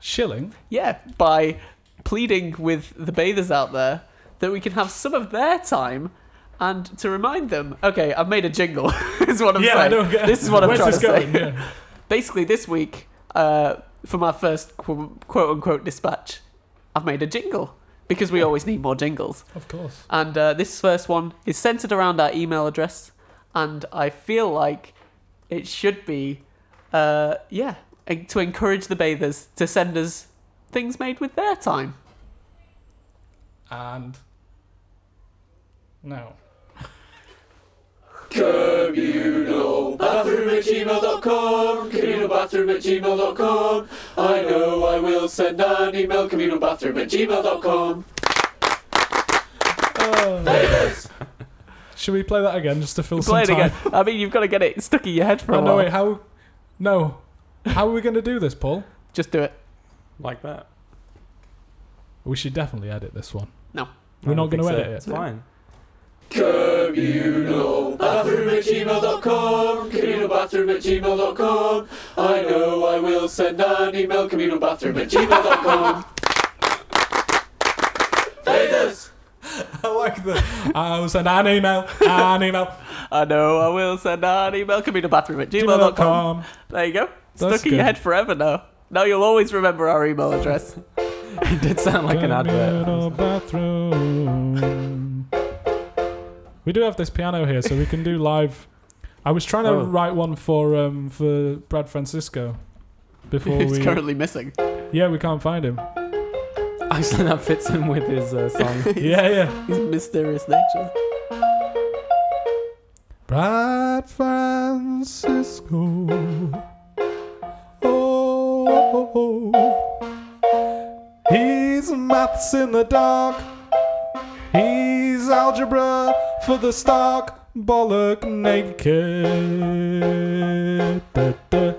Speaker 1: Shilling?
Speaker 3: Yeah, by pleading with the bathers out there that we can have some of their time and to remind them, okay, I've made a jingle. is what I'm
Speaker 1: yeah, I
Speaker 3: saying.
Speaker 1: don't get
Speaker 3: This is what I'm
Speaker 1: Where's
Speaker 3: trying
Speaker 1: this
Speaker 3: to
Speaker 1: going?
Speaker 3: say.
Speaker 1: Yeah.
Speaker 3: Basically, this week, uh, for my first qu- quote unquote dispatch, I've made a jingle because we always need more jingles.
Speaker 1: Of course.
Speaker 3: And uh, this first one is centered around our email address, and I feel like it should be, uh, yeah, en- to encourage the bathers to send us things made with their time.
Speaker 1: And. No.
Speaker 3: Bathroom at gmail.com, communalbathroom at gmail.com. I know I will send an email, communalbathroom at gmail.com.
Speaker 1: Should we play that again just to fill
Speaker 3: Play it
Speaker 1: some time?
Speaker 3: again. I mean, you've got to get it stuck in your head for a
Speaker 1: Oh, no,
Speaker 3: while.
Speaker 1: wait, how. No. How are we going to do this, Paul?
Speaker 3: Just do it.
Speaker 2: like that.
Speaker 1: We should definitely edit this one.
Speaker 3: No.
Speaker 2: I
Speaker 1: We're not
Speaker 2: don't
Speaker 1: going to
Speaker 2: think so.
Speaker 1: edit it.
Speaker 2: It's fine.
Speaker 3: bathroom at gmail.com, communalbathroom at gmail.com. I know I will send an email, communalbathroom at gmail.com.
Speaker 1: I like the. I'll send an email, an email,
Speaker 3: I know I will send an email, communalbathroom at gmail.com.
Speaker 1: gmail.com.
Speaker 3: There you go.
Speaker 1: That's
Speaker 3: Stuck in your
Speaker 1: good.
Speaker 3: head forever now. Now you'll always remember our email address.
Speaker 2: It did sound like an advert.
Speaker 1: Communal bathroom. We do have this piano here, so we can do live. I was trying to
Speaker 2: Oh.
Speaker 1: write one for um, for Brad Francisco before
Speaker 3: Who's
Speaker 1: we.
Speaker 3: currently missing.
Speaker 1: Yeah, we can't find him.
Speaker 2: Actually, that fits in with his uh, song.
Speaker 1: Yeah, yeah.
Speaker 3: His mysterious nature.
Speaker 1: Brad Francisco. Oh, oh, oh. he's maths in the dark. He's algebra for the stark bollock naked. Da, da.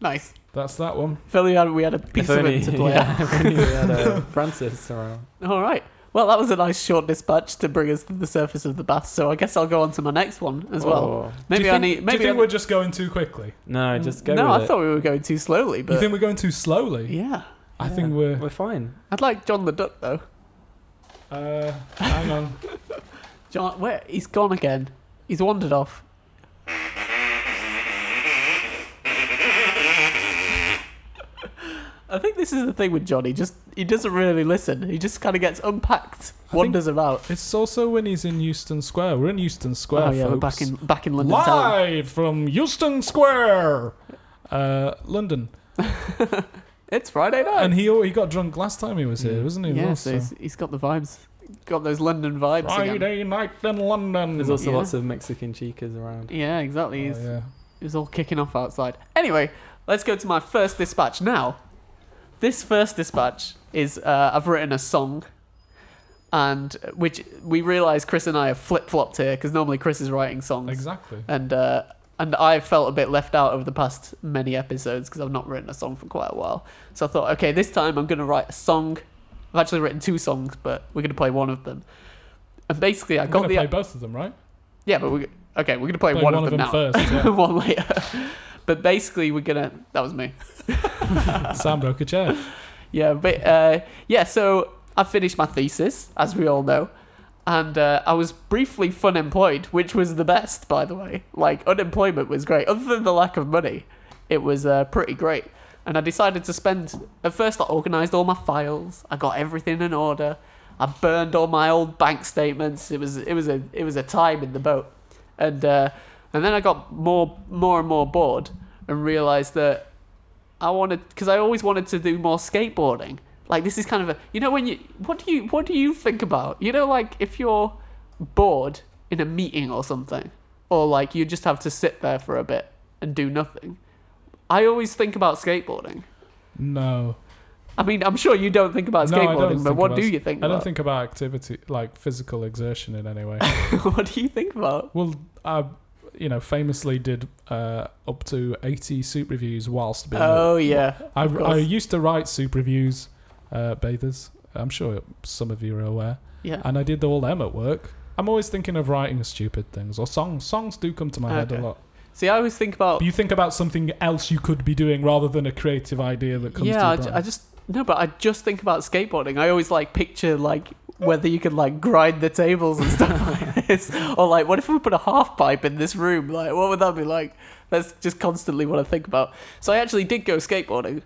Speaker 3: Nice.
Speaker 1: That's that one.
Speaker 3: If only had- we had a piece
Speaker 2: If
Speaker 3: of
Speaker 2: only,
Speaker 3: it to play.
Speaker 2: yeah, if only we had uh, Francis around.
Speaker 3: All right. Well, that was a nice short dispatch to bring us to the surface of the bath. So I guess I'll go on to my next one as well.
Speaker 2: Oh.
Speaker 3: Maybe
Speaker 1: do you
Speaker 3: I
Speaker 1: think,
Speaker 3: need.
Speaker 1: do you
Speaker 3: Maybe
Speaker 1: think
Speaker 3: I-
Speaker 1: we're just going too quickly?
Speaker 2: No, just go
Speaker 3: no,
Speaker 2: with
Speaker 3: I
Speaker 2: it.
Speaker 3: thought we were going too slowly, but
Speaker 1: you think we're going too slowly?
Speaker 3: yeah,
Speaker 1: I
Speaker 2: Yeah.
Speaker 1: think we're.
Speaker 2: We're fine.
Speaker 3: I'd like John the Duck though.
Speaker 1: Uh, hang on.
Speaker 3: John, where he's gone again? He's wandered off. I think this is the thing with John. He just he doesn't really listen. He just kind of gets unpacked,
Speaker 1: think-
Speaker 3: wanders about.
Speaker 1: It's also when he's in Euston Square. We're in Euston Square.
Speaker 3: oh yeah, we're
Speaker 1: folks.
Speaker 3: back in back in London town.
Speaker 1: Live from Euston Square, uh, London.
Speaker 3: It's Friday night.
Speaker 1: And he al- he got drunk last time he was here, wasn't he?
Speaker 3: Mm. yeah,
Speaker 1: Ross?
Speaker 3: so he's, he's got the vibes, got those London vibes. Again.
Speaker 1: Friday night in London.
Speaker 2: There's also
Speaker 3: Yeah.
Speaker 2: lots of Mexican chicas around.
Speaker 3: Yeah, exactly.
Speaker 1: Oh,
Speaker 3: He's,
Speaker 1: yeah.
Speaker 3: It was all kicking off outside. Anyway, let's go to my first dispatch now. This first dispatch is uh, I've written a song, and uh, which we realise Chris and I have flip flopped here because normally Chris is writing songs,
Speaker 1: Exactly.
Speaker 3: and uh, and I felt a bit left out over the past many episodes because I've not written a song for quite a while. So I thought, okay, this time I'm going to write a song. I've actually written two songs, but we're going to play one of them. And basically, I
Speaker 1: I'm
Speaker 3: got
Speaker 1: going to
Speaker 3: the
Speaker 1: play both of them, right?
Speaker 3: yeah, but we okay, we're going to play,
Speaker 1: Play one
Speaker 3: one, of
Speaker 1: of
Speaker 3: them,
Speaker 1: them
Speaker 3: now,
Speaker 1: first, yeah.
Speaker 3: one later. But basically, we're gonna. That was me.
Speaker 1: Sam broke a chair.
Speaker 3: Yeah, but uh, yeah, so I finished my thesis, as we all know, and uh, I was briefly fun employed, which was the best, by the way. Like unemployment was great, other than the lack of money, it was uh, pretty great. And I decided to spend. At first, I organised all my files. I got everything in order. I burned all my old bank statements. It was it was a it was a time in the boat, and uh, and then I got more more and more bored and realised that I wanted because I always wanted to do more skateboarding. Like this is kind of a you know when you what do you what do you think about you know like if you're bored in a meeting or something or like you just have to sit there for a bit and do nothing. I always think about skateboarding.
Speaker 1: No.
Speaker 3: I mean, I'm sure you don't think about
Speaker 1: no, I don't
Speaker 3: skateboarding, but
Speaker 1: think
Speaker 3: what
Speaker 1: about-
Speaker 3: do you think?
Speaker 1: I
Speaker 3: About?
Speaker 1: don't think about activity, like physical exertion in any way.
Speaker 3: what do you think about?
Speaker 1: well, I, you know, famously did uh, up to 80 soup reviews whilst being.
Speaker 3: Oh yeah,
Speaker 1: I,
Speaker 3: of course.
Speaker 1: I used to write soup reviews, uh, bathers. I'm sure some of you are aware.
Speaker 3: yeah.
Speaker 1: And I did all them at work. I'm always thinking of writing stupid things or songs. Songs do come to my head a
Speaker 3: Okay.
Speaker 1: lot.
Speaker 3: See, I always think about
Speaker 1: But you think about something else you could be doing rather than a creative idea that comes
Speaker 3: yeah, I
Speaker 1: to
Speaker 3: ju-
Speaker 1: your
Speaker 3: I, just no, but I just think about skateboarding. I always like picture like whether you could like grind the tables and stuff like this, or like what if we put a half pipe in this room? Like, what would that be like? That's just constantly what I think about. So I actually did go skateboarding,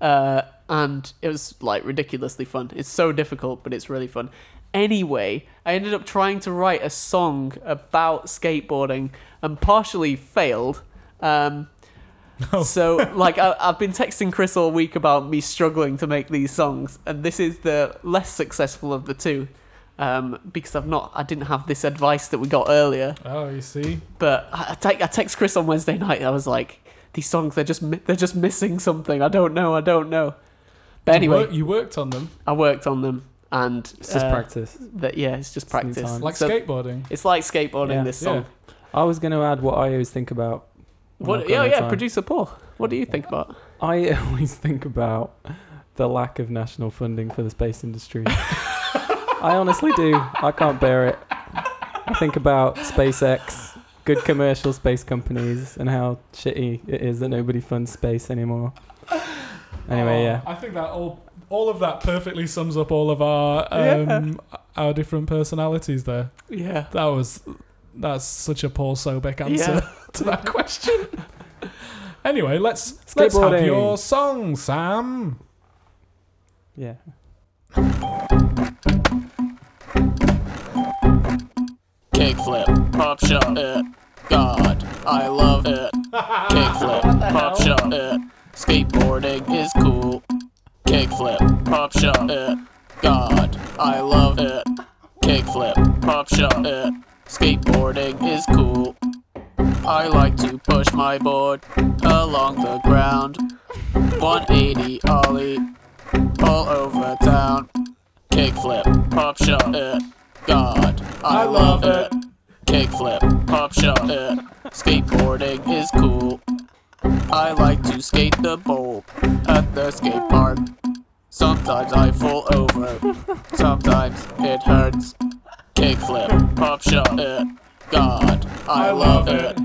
Speaker 3: uh, and it was like ridiculously fun. It's so difficult, but it's really fun. Anyway, I ended up trying to write a song about skateboarding and partially failed. Um,
Speaker 2: Oh.
Speaker 3: so, like, I, I've been texting Chris all week about me struggling to make these songs, and this is the less successful of the two, um, because I've not, I didn't have this advice that we got earlier.
Speaker 1: Oh, you see?
Speaker 3: But I, I, te- I text Chris on Wednesday night. I was like, these songs, they're just, mi- they're just missing something. I don't know. I don't know. But anyway,
Speaker 1: You, wor- you worked on them,
Speaker 3: I worked on them, and
Speaker 2: It's just
Speaker 3: uh,
Speaker 2: practice.
Speaker 3: That yeah, it's just
Speaker 2: Just need
Speaker 3: practice.
Speaker 2: time.
Speaker 1: like
Speaker 3: So
Speaker 1: skateboarding.
Speaker 3: It's like skateboarding.
Speaker 2: Yeah.
Speaker 3: this
Speaker 1: Yeah.
Speaker 3: song.
Speaker 2: I was going to add what I always think about. when
Speaker 3: What?
Speaker 2: I've got
Speaker 3: Yeah,
Speaker 2: no
Speaker 3: yeah.
Speaker 2: time.
Speaker 3: Producer Paul, what do you think about?
Speaker 2: I always think about the lack of national funding for the space industry. I honestly do. I can't bear it. I think about SpaceX, good commercial space companies, and how shitty it is that nobody funds space anymore. Anyway,
Speaker 1: Oh,
Speaker 2: yeah.
Speaker 1: I think that all all of that perfectly sums up all of our um, our different personalities there.
Speaker 3: Yeah.
Speaker 1: That was that's such a Paul Sobek answer
Speaker 3: Yeah.
Speaker 1: to that question. anyway, let's let's have
Speaker 2: Skateboarding.
Speaker 1: your song, Sam.
Speaker 2: Yeah.
Speaker 3: Kickflip, pop shot, it. God, I love it. Kickflip, pop shot, it. Skateboarding is cool. Kickflip, pop shot, it. God, I love it. Kickflip, pop shot, it. Skateboarding is cool. I like to push my board along the ground. 180 ollie, all over town. Kickflip, pop shot, it. God, I, love it. Kickflip, pop shot, it. Skateboarding is cool. I like to skate the bowl at the skate park. Sometimes I fall over, sometimes it hurts. Kickflip, pop shot, it. God, I, love it.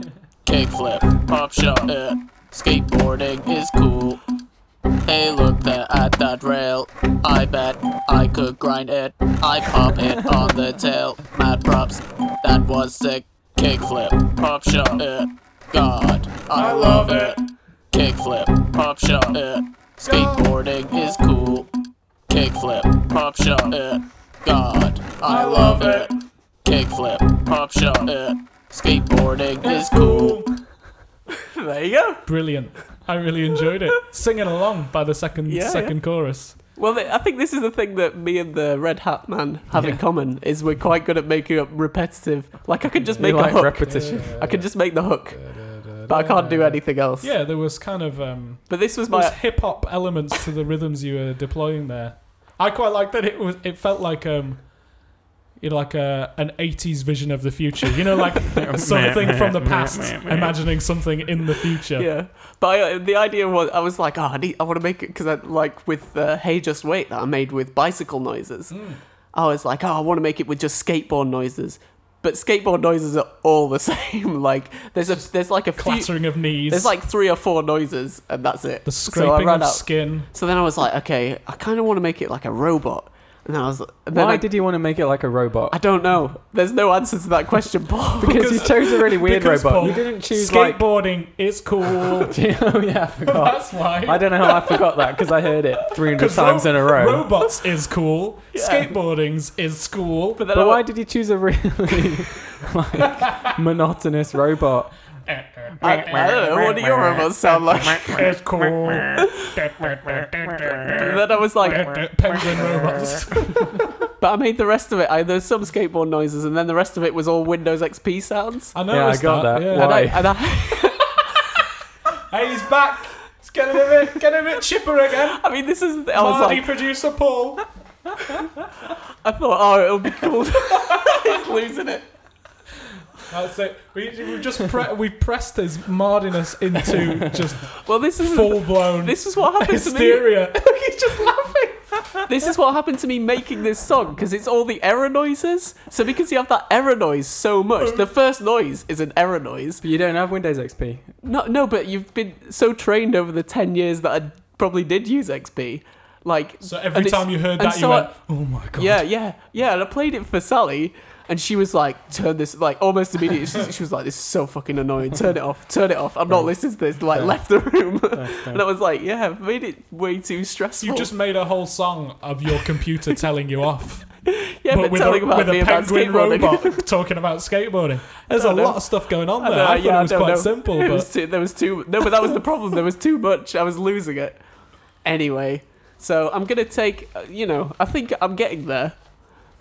Speaker 3: Kickflip, pop shot, it. Skateboarding is cool. Hey, look there at that rail. I bet I could grind it. I pop it on the tail. Mad props, that was sick. Kickflip, pop shot it. God, I love it. Kickflip, pop shot it. Skateboarding is cool. Kickflip, pop shot it. God, I love it. Kickflip, pop shot it. Skateboarding is cool. There you go.
Speaker 1: Brilliant. I really enjoyed it. Singing along by the second
Speaker 3: Yeah,
Speaker 1: second chorus.
Speaker 3: Well, th- I think this is the thing that me and the Red Hat Man have in
Speaker 2: Yeah.
Speaker 3: common is we're quite good at making up repetitive. Like I could just make
Speaker 2: You
Speaker 3: a
Speaker 2: like
Speaker 3: hook.
Speaker 2: repetition.
Speaker 3: I could just make the hook, but I can't do anything else.
Speaker 1: Yeah, there was kind of um,
Speaker 3: But this was
Speaker 1: there was
Speaker 3: my
Speaker 1: hip hop elements to the rhythms you were deploying there. I quite liked that it was. It felt like um, you're like a an 80s vision of the future. You know, like something from the past, imagining something in the future.
Speaker 3: Yeah, but I, the idea was I was like, oh, I need, I want to make it because I like with uh, "Hey Just Wait" that I made with bicycle noises. I was like, oh, I want to make it with just skateboard noises, but skateboard noises are all the same. like there's a there's like a few,
Speaker 1: Clattering of knees.
Speaker 3: there's like three or four noises, and that's it.
Speaker 1: the
Speaker 3: So I
Speaker 1: scraping
Speaker 3: ran
Speaker 1: of
Speaker 3: out-
Speaker 1: skin.
Speaker 3: So then I was like, okay, I kind of want to make it like a robot. And then I was, and then
Speaker 2: Why
Speaker 3: I,
Speaker 2: did you want to make it like a robot?
Speaker 3: I don't know. There's no answer to that question, Paul.
Speaker 2: because you chose a really weird
Speaker 1: because,
Speaker 2: robot.
Speaker 1: Paul,
Speaker 2: you didn't choose like.
Speaker 1: Skateboarding is cool.
Speaker 2: oh yeah, I forgot.
Speaker 1: That's why.
Speaker 2: I don't know how I forgot that because I heard it 300
Speaker 1: 'Cause
Speaker 2: times
Speaker 1: ro-
Speaker 2: in a row.
Speaker 1: Robots is cool. Skateboarding's is cool.
Speaker 3: but then
Speaker 2: But
Speaker 3: I,
Speaker 2: why did you choose a really like monotonous robot?
Speaker 3: I, I don't know. What do your robots sound like?
Speaker 1: It's cool.
Speaker 3: And then I was like,
Speaker 1: Penguin robots.
Speaker 3: but I made the rest of it. I, there's some skateboard noises, and then the rest of it was all Windows XP sounds.
Speaker 1: I
Speaker 2: Yeah, I
Speaker 1: noticed
Speaker 2: got that.
Speaker 1: Yeah.
Speaker 2: Why?
Speaker 3: I, and I,
Speaker 1: Hey, he's back. He's getting a bit, getting a bit chipper again.
Speaker 3: I mean, this is. I was
Speaker 1: Marty
Speaker 3: like,
Speaker 1: producer Paul.
Speaker 3: I thought, oh, it'll be cool. He's losing it.
Speaker 1: That's it. We, we just pre- we pressed his mardiness into just
Speaker 3: Well, this is
Speaker 1: full blown
Speaker 3: this is what happened to me.
Speaker 1: hysteria.
Speaker 3: He's just laughing. This is what happened to me making this song because it's all the error noises. So because you have that error noise so much, the first noise is an error noise.
Speaker 2: But you don't have Windows XP.
Speaker 3: No, no, but you've been so trained over the ten years that I probably did use XP. Like
Speaker 1: So every
Speaker 3: and it's-
Speaker 1: time you heard
Speaker 3: and
Speaker 1: that, you
Speaker 3: so
Speaker 1: went,
Speaker 3: I-
Speaker 1: "Oh my god!"
Speaker 3: yeah, yeah, yeah. And I played it for Sally, and she was like, "Turn this!" Like almost immediately, she, she was like, "This is so fucking annoying. Turn it off. Turn it off. I'm not listening to this." Like left the room, and I was like, "Yeah, I've made it way too stressful."
Speaker 1: You just made a whole song of your computer telling you off,
Speaker 3: yeah, but,
Speaker 1: with
Speaker 3: telling
Speaker 1: a,
Speaker 3: about
Speaker 1: with a
Speaker 3: me about
Speaker 1: penguin
Speaker 3: skateboarding.
Speaker 1: robot talking about skateboarding. There's a
Speaker 3: don't know.
Speaker 1: lot of stuff going on
Speaker 3: I
Speaker 1: there.
Speaker 3: don't know,
Speaker 1: I thought
Speaker 3: yeah,
Speaker 1: it was
Speaker 3: I don't
Speaker 1: quite
Speaker 3: know.
Speaker 1: simple,
Speaker 3: It
Speaker 1: but
Speaker 3: was too, there was too no, but that was the problem. There was too much. I was losing it. Anyway, so I'm gonna take. uh, You know, I think I'm getting there,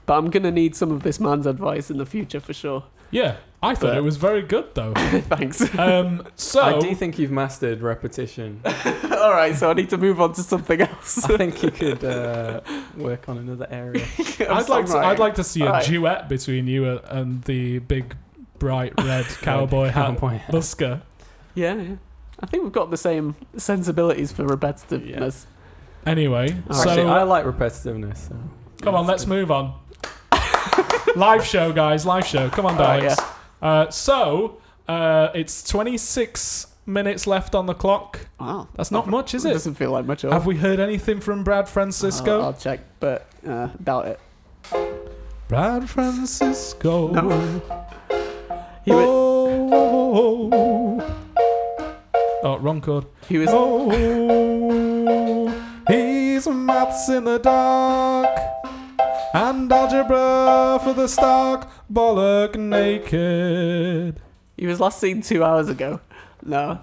Speaker 3: but I'm gonna need some of this man's advice in the future for sure.
Speaker 1: yeah, I thought
Speaker 3: But-
Speaker 1: it was very good though.
Speaker 3: Thanks.
Speaker 1: Um, so
Speaker 2: I do think you've mastered repetition.
Speaker 3: All right, so I need to move on to something else.
Speaker 2: I think you could uh, work on another area.
Speaker 3: I'm
Speaker 1: I'd like to,
Speaker 3: songwriting.
Speaker 1: I'd like to see a
Speaker 3: Alright.
Speaker 1: duet between you a- and the big bright red cowboy hat
Speaker 2: Cowboy hat.
Speaker 1: busker.
Speaker 3: Yeah, yeah. I think we've got the same sensibilities for repetitiveness.
Speaker 1: Anyway, so
Speaker 3: Alright.
Speaker 2: Oh,
Speaker 1: uh,
Speaker 2: Actually, I like repetitiveness. So.
Speaker 1: Come on, let's move on. live show, guys. Live show. Come on,
Speaker 3: Alright,
Speaker 1: guys. uh, so uh, it's 26 minutes left on the clock.
Speaker 3: Wow,
Speaker 1: That's not much, is it?
Speaker 3: Doesn't feel like much. at all.
Speaker 1: Have we heard anything from Brad
Speaker 3: I'll, I'll
Speaker 1: Francisco?
Speaker 3: check, but uh, doubt it.
Speaker 1: Brad Francisco.
Speaker 3: He, wa-
Speaker 1: Oh, oh, wrong chord.
Speaker 3: he was.
Speaker 1: Oh, he's maths in the dark and algebra for the stark bollock naked.
Speaker 3: He was last seen two hours ago. No,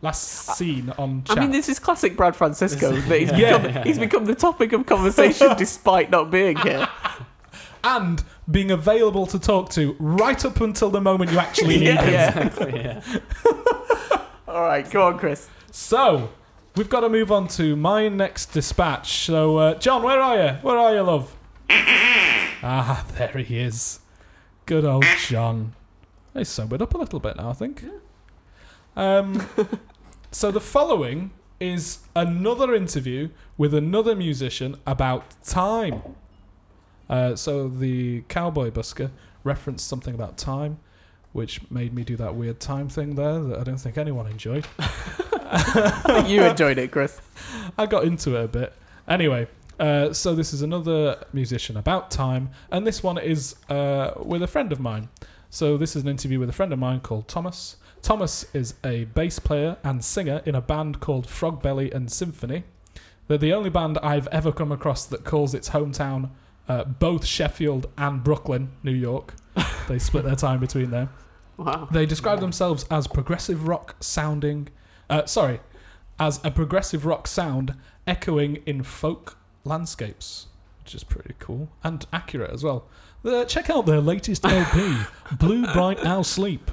Speaker 1: Last seen on chat.
Speaker 3: Uh, I mean this is classic Brad Francisco. That he's
Speaker 1: Yeah,
Speaker 3: become he's become the topic of conversation despite not being here.
Speaker 1: and being available to talk to right up until the moment you actually need
Speaker 3: yeah,
Speaker 1: him.
Speaker 3: yeah.
Speaker 2: yeah.
Speaker 3: All right, go on, Chris.
Speaker 1: So we've got to move on to my next dispatch. So uh, John, where are you? Where are you, love? ah, there he is. Good old John. He's sobered up a little bit now, I think. Um, so the following is another interview with another musician about time. Uh, so the cowboy busker referenced something about time, which made me do that weird time thing there that I don't think anyone enjoyed.
Speaker 3: I think you enjoyed it, Chris.
Speaker 1: I got into it a bit. Anyway, uh, so this is another musician about time, and this one is uh, with a friend of mine. So this is an interview with a friend of mine called Thomas. Thomas is a bass player and singer in a band called Frogbelly and Symphony. They're the only band I've ever come across that calls its hometown uh, both Sheffield and Brooklyn, New York. they split their time between them.
Speaker 3: Wow.
Speaker 1: They describe themselves as progressive rock sounding, uh, sorry, as a progressive rock sound echoing in folk landscapes, which is pretty cool and accurate as well. Uh, check out their latest LP, Blue Bright Owl Sleep.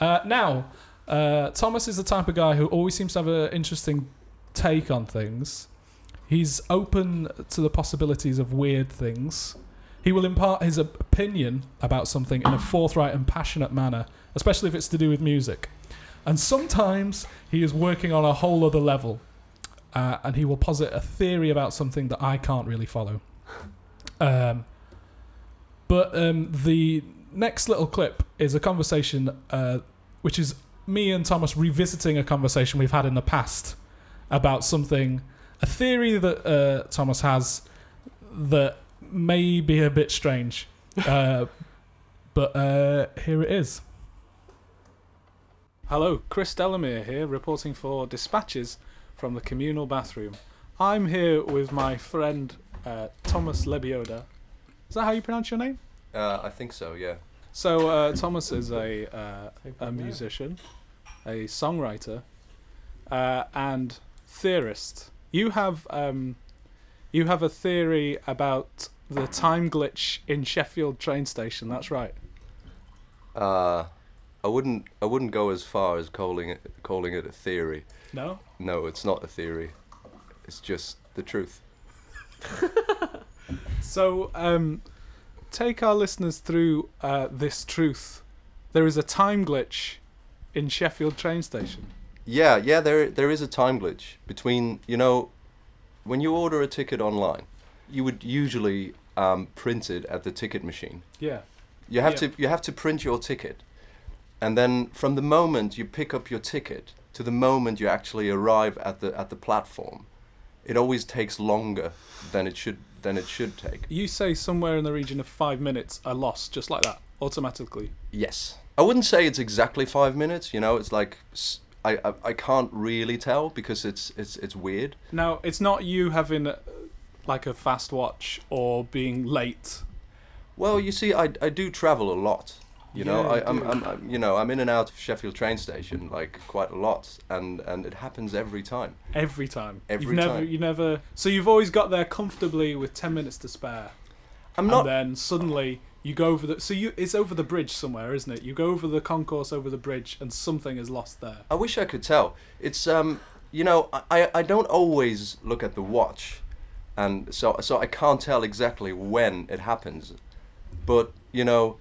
Speaker 1: Uh, now, uh, Thomas is the type of guy who always seems to have an interesting take on things. He's open to the possibilities of weird things.
Speaker 8: He will impart his op- opinion about something in a forthright and passionate manner, especially if it's to do with music. And sometimes he is working on a whole other level, uh, and he will posit a theory about something that I can't really follow. Um, but um, the next little clip is a conversation, uh, which is me and Thomas revisiting a conversation we've had in the past about something, a theory that uh, Thomas has that may be a bit strange. Uh, but uh, here it is.
Speaker 1: Hello, Chris Delamere here, reporting for Dispatches from the communal bathroom. I'm here with my friend uh, Thomas Lebioda. Is that how you pronounce your name?
Speaker 9: Uh, I think so, yeah.
Speaker 1: So uh, Thomas is a uh, a musician, a songwriter, uh, and theorist. You have um, you have a theory about the time glitch in Sheffield train station. That's right.
Speaker 9: Uh, I wouldn't I wouldn't go as far as calling it calling it a theory.
Speaker 1: No.
Speaker 9: No, it's not a theory. It's just the truth.
Speaker 1: So um, take our listeners through uh, this truth. There is a time glitch in Sheffield train station.
Speaker 9: Yeah, yeah, there there is a time glitch between you know, when you order a ticket online, you would usually um, print it at the ticket machine.
Speaker 1: Yeah.
Speaker 9: You have
Speaker 1: Yeah.
Speaker 9: to you have to print your ticket, and then from the moment you pick up your ticket to the moment you actually arrive at the at the platform, it always takes longer than it should than it should take.
Speaker 1: You say somewhere in the region of five minutes are lost, just like that, automatically.
Speaker 9: Yes. I wouldn't say it's exactly five minutes. You know, it's like s- I, I, I can't really tell because it's it's it's weird.
Speaker 1: Now, it's not you having uh, like a fast watch or being late.
Speaker 9: Well, you see, I, I do travel a lot. You know,
Speaker 1: Yeah,
Speaker 9: I, I'm,
Speaker 1: dude.
Speaker 9: I'm, I'm you know I'm in and out of Sheffield train station like quite a lot, and and it happens every time.
Speaker 1: Every time.
Speaker 9: Every
Speaker 1: you've never,
Speaker 9: time.
Speaker 1: You never. So you've always got there comfortably with ten minutes to spare,
Speaker 9: I'm
Speaker 1: and
Speaker 9: not.
Speaker 1: then suddenly you go over the. So you, it's over the bridge somewhere, isn't it? You go over the concourse, over the bridge, and something is lost there.
Speaker 9: I wish I could tell. It's um, you know, I- I, I don't always look at the watch, and so so I can't tell exactly when it happens, but you know,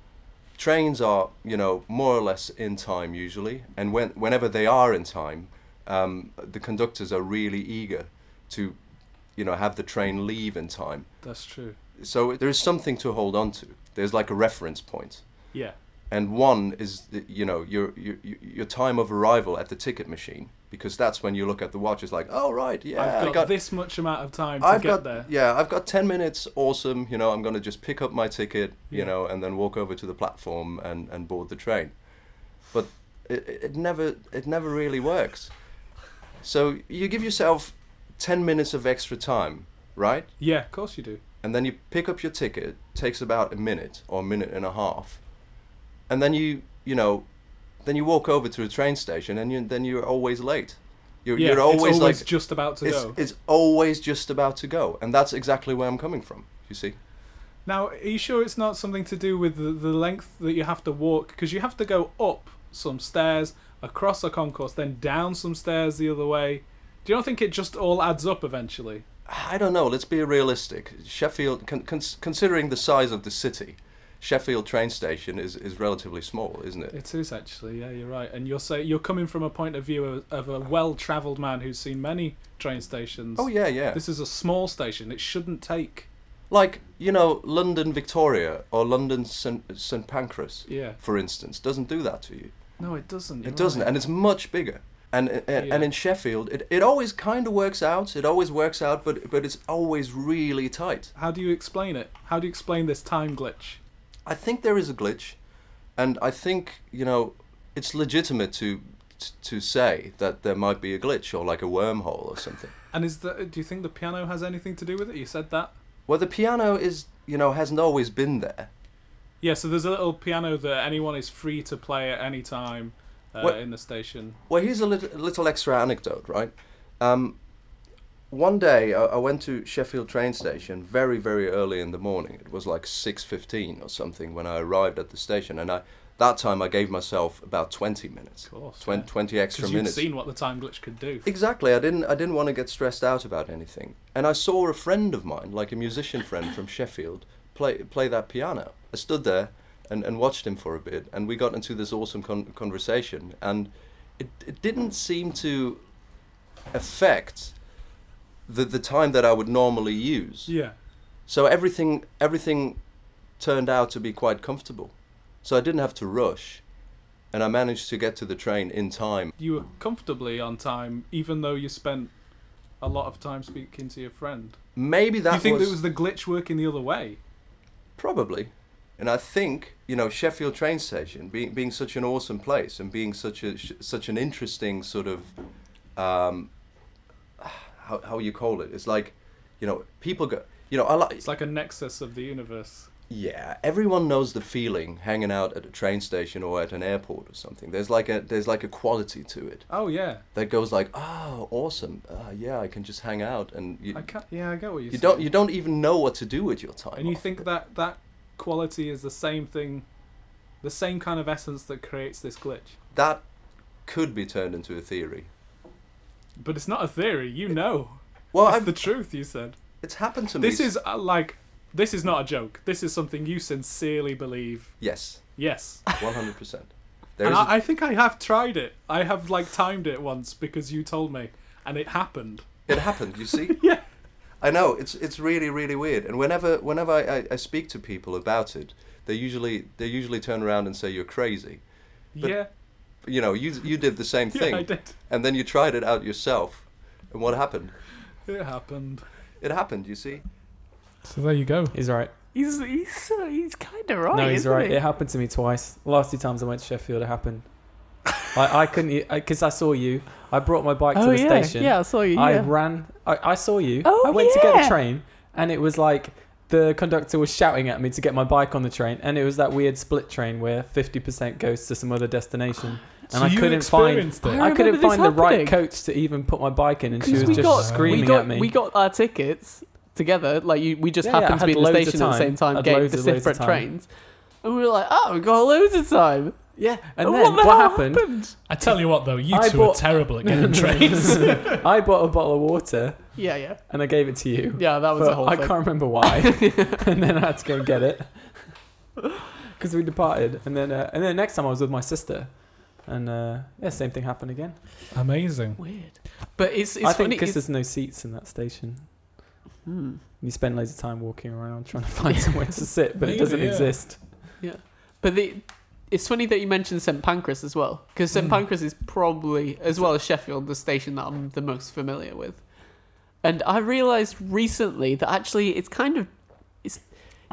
Speaker 9: trains are you know more or less in time usually, and when whenever they are in time, um, the conductors are really eager to, you know, have the train leave in time.
Speaker 1: That's true.
Speaker 9: So there is something to hold on to. There's like a reference point
Speaker 1: Yeah.
Speaker 9: and one is the, you know your, your your time of arrival at the ticket machine because that's when you look at the watch. It's like, oh right, yeah,
Speaker 1: I've
Speaker 9: I
Speaker 1: got,
Speaker 9: got
Speaker 1: this much amount of time to
Speaker 9: I've
Speaker 1: get
Speaker 9: got
Speaker 1: there.
Speaker 9: yeah, I've got ten minutes. Awesome, you know, I'm gonna just pick up my ticket,
Speaker 1: Yeah.
Speaker 9: you know, and then walk over to the platform and, and board the train. But it, it it never it never really works. So you give yourself ten minutes of extra time, right?
Speaker 1: Yeah, of course you do.
Speaker 9: and then you pick up your ticket takes about a minute or a minute and a half and then you you know then you walk over to a train station and you, then you're always late you're,
Speaker 1: Yeah,
Speaker 9: you're always,
Speaker 1: it's always
Speaker 9: like
Speaker 1: just about to
Speaker 9: it's,
Speaker 1: go.
Speaker 9: it's always just about to go and that's exactly where i'm coming from you see
Speaker 1: Now, are you sure it's not something to do with the, the length that you have to walk? Because you have to go up some stairs, across a concourse, then down some stairs the other way. Do you not think it just all adds up eventually?
Speaker 9: i don't know let's be realistic sheffield con- cons- considering the size of the city sheffield train station is, is relatively small isn't it
Speaker 1: It is actually, yeah, you're right. And you're say you're coming from a point of view of, of a well-travelled man who's seen many train stations.
Speaker 9: oh yeah yeah
Speaker 1: This is a small station. It shouldn't take.
Speaker 9: like you know london victoria or london st, st. pancras
Speaker 1: Yeah.
Speaker 9: for instance doesn't do that to you
Speaker 1: No, it doesn't. you're
Speaker 9: It doesn't,
Speaker 1: right.
Speaker 9: and it's much bigger. And and,
Speaker 1: Yeah.
Speaker 9: and in Sheffield, it, it always kind of works out. It always works out, but but it's always really tight.
Speaker 1: How do you explain it? How do you explain this time glitch?
Speaker 9: I think there is a glitch, and I think you know it's legitimate to t- to say that there might be a glitch or like a wormhole or something.
Speaker 1: And is the do you think the piano has anything to do with it? You said that.
Speaker 9: Well, the piano is you know hasn't always been there.
Speaker 1: Yeah, so there's a little piano that anyone is free to play at any time uh,
Speaker 9: What-
Speaker 1: in the station.
Speaker 9: Well, here's a little, little extra anecdote, right? Um, one day, I, I went to Sheffield train station very, very early in the morning. It was like six fifteen or something when I arrived at the station, and I that time I gave myself about twenty minutes,
Speaker 1: Of course.
Speaker 9: 20, 20 extra
Speaker 1: Because you've
Speaker 9: minutes.
Speaker 1: seen what the time glitch could do.
Speaker 9: Exactly. I didn't. I didn't want to get stressed out about anything. And I saw a friend of mine, like a musician friend from Sheffield, play play that piano. I stood there and, and watched him for a bit, and we got into this awesome con- conversation, and it, it didn't seem to affect the the time that I would normally use.
Speaker 7: Yeah.
Speaker 9: So everything everything turned out to be quite comfortable. So I didn't have to rush, and I managed to get to the train in time.
Speaker 7: You were comfortably on time, even though you spent a lot of time speaking to your friend.
Speaker 9: Maybe that
Speaker 7: Do you think
Speaker 9: was,
Speaker 7: it was the glitch working the other way?
Speaker 9: Probably. And I think, you know, Sheffield train station being, being such an awesome place and being such a sh- such an interesting sort of um how how you call it? It's like, you know, people go, you know, I like
Speaker 7: It's like a nexus of the universe.
Speaker 9: yeah, everyone knows the feeling hanging out at a train station or at an airport or something. There's like a there's like a quality to it
Speaker 7: Oh yeah,
Speaker 9: that goes like, "Oh, awesome. Uh, yeah, I can just hang out and you,
Speaker 7: I can't. Yeah, I get what you.
Speaker 9: you don't you don't even know what to do with your time."
Speaker 7: And you
Speaker 9: off.
Speaker 7: think that that quality is the same thing, the same kind of essence that creates this glitch.
Speaker 9: that could be turned into a theory.
Speaker 7: But it's not a theory, you know.
Speaker 9: Well,
Speaker 7: That's
Speaker 9: I've,
Speaker 7: the truth. You said
Speaker 9: it's happened to me.
Speaker 7: this is uh, like this is not a joke. This is something you sincerely believe.
Speaker 9: yes,
Speaker 7: Yes,
Speaker 9: one hundred percent. There
Speaker 7: and
Speaker 9: is. a-
Speaker 7: I, I think I have tried it. I have like timed it once because you told me, and it happened.
Speaker 9: it happened. You see,
Speaker 7: Yeah.
Speaker 9: I know it's it's really really weird. And whenever whenever I, I, I speak to people about it, they usually they usually turn around and say you're crazy. But-
Speaker 7: yeah,
Speaker 9: You know, you you did the same thing,
Speaker 7: yeah, I did.
Speaker 9: and then you tried it out yourself, and what happened?
Speaker 7: It happened.
Speaker 9: It happened. You see,
Speaker 1: So there you go.
Speaker 2: He's right.
Speaker 3: He's he's uh, he's kind of right.
Speaker 2: no, he's
Speaker 3: isn't
Speaker 2: right.
Speaker 3: He?
Speaker 2: It happened to me twice. The last two times I went to Sheffield, it happened. I, I couldn't because I saw you. I brought my bike
Speaker 3: oh
Speaker 2: to the
Speaker 3: yeah,
Speaker 2: station.
Speaker 3: yeah. I saw you.
Speaker 2: I
Speaker 3: yeah.
Speaker 2: ran. I, I saw you.
Speaker 3: Oh,
Speaker 2: I went to get
Speaker 3: yeah.
Speaker 2: the train, and it was like the conductor was shouting at me to get my bike on the train, and it was that weird split train where fifty percent goes to some other destination, and
Speaker 1: So
Speaker 2: I
Speaker 1: you
Speaker 2: couldn't find.
Speaker 1: experienced it.
Speaker 2: I, couldn't
Speaker 3: remember this
Speaker 2: find the right
Speaker 3: happening.
Speaker 2: coach to even put my bike in, and she
Speaker 3: 'Cause
Speaker 2: was
Speaker 3: we
Speaker 2: just
Speaker 3: got-
Speaker 2: screaming
Speaker 3: we got,
Speaker 2: at me.
Speaker 3: We got our tickets together. Like you, we just
Speaker 2: Yeah, yeah, I
Speaker 3: happened to
Speaker 2: had
Speaker 3: be in the
Speaker 2: loads of
Speaker 3: station at the
Speaker 2: time.
Speaker 3: same time,
Speaker 2: Had
Speaker 3: getting
Speaker 2: loads
Speaker 3: the
Speaker 2: of- loads of
Speaker 3: different
Speaker 2: time.
Speaker 3: trains, and we were like, "Oh, we got loads of time."
Speaker 2: yeah, and
Speaker 3: Oh,
Speaker 2: then what,
Speaker 3: the hell
Speaker 2: happened?
Speaker 1: I tell you what, though, you
Speaker 2: I
Speaker 1: two
Speaker 2: bought-
Speaker 1: are terrible at getting trains.
Speaker 2: I bought a bottle of water,
Speaker 3: Yeah, yeah,
Speaker 2: and I gave it to you.
Speaker 3: yeah. That was
Speaker 2: but
Speaker 3: the whole
Speaker 2: I
Speaker 3: thing.
Speaker 2: can't remember why. and then I had to go and get it because we departed. And then uh, and then next time I was with my sister, and uh, yeah, same thing happened again.
Speaker 1: Amazing.
Speaker 3: Weird, but it's it's
Speaker 2: I think
Speaker 3: funny.
Speaker 2: because
Speaker 3: it's-
Speaker 2: there's no seats in that station,
Speaker 3: Hmm.
Speaker 2: you spend loads of time walking around trying to find somewhere to sit, but it
Speaker 1: Maybe,
Speaker 2: doesn't
Speaker 1: yeah.
Speaker 2: exist.
Speaker 3: But the, it's funny that you mentioned St Pancras as well, because St
Speaker 1: Mm.
Speaker 2: Hmm.
Speaker 3: Pancras is probably, as well as Sheffield, the station that I'm the most familiar with. And I realised recently that actually it's kind of, it's,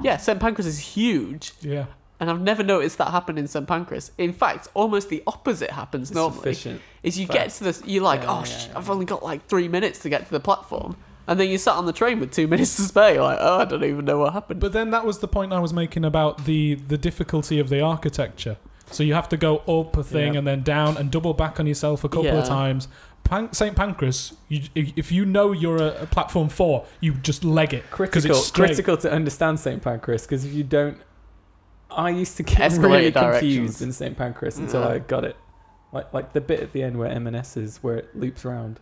Speaker 3: yeah, St Pancras is huge,
Speaker 1: Yeah.
Speaker 3: and I've never noticed that happen in St Pancras. In fact, almost the opposite happens
Speaker 2: It's
Speaker 3: normally.
Speaker 2: efficient.
Speaker 3: Is you get
Speaker 2: fast.
Speaker 3: to this, you're like,
Speaker 2: Yeah,
Speaker 3: oh,
Speaker 2: yeah,
Speaker 3: sh-
Speaker 2: yeah.
Speaker 3: I've only got like three minutes to get to the platform, and then you sat on the train with two minutes to spare. You're like, oh, I don't even know what happened.
Speaker 1: But then that was the point I was making about the the difficulty of the architecture. So you have to go up a thing
Speaker 2: Yeah.
Speaker 1: and then down and double back on yourself a couple
Speaker 3: Yeah.
Speaker 1: of times. Pan- St Pancras, you, if if you know you're a, a platform four, you just leg it because
Speaker 2: Critical,
Speaker 1: it's straight.
Speaker 2: critical to understand St Pancras because if you don't, I used to get
Speaker 3: Escalated
Speaker 2: really
Speaker 3: directions.
Speaker 2: confused in St Pancras until
Speaker 3: Yeah.
Speaker 2: I got it. Like, like the bit at the end where M&S is, where it loops round.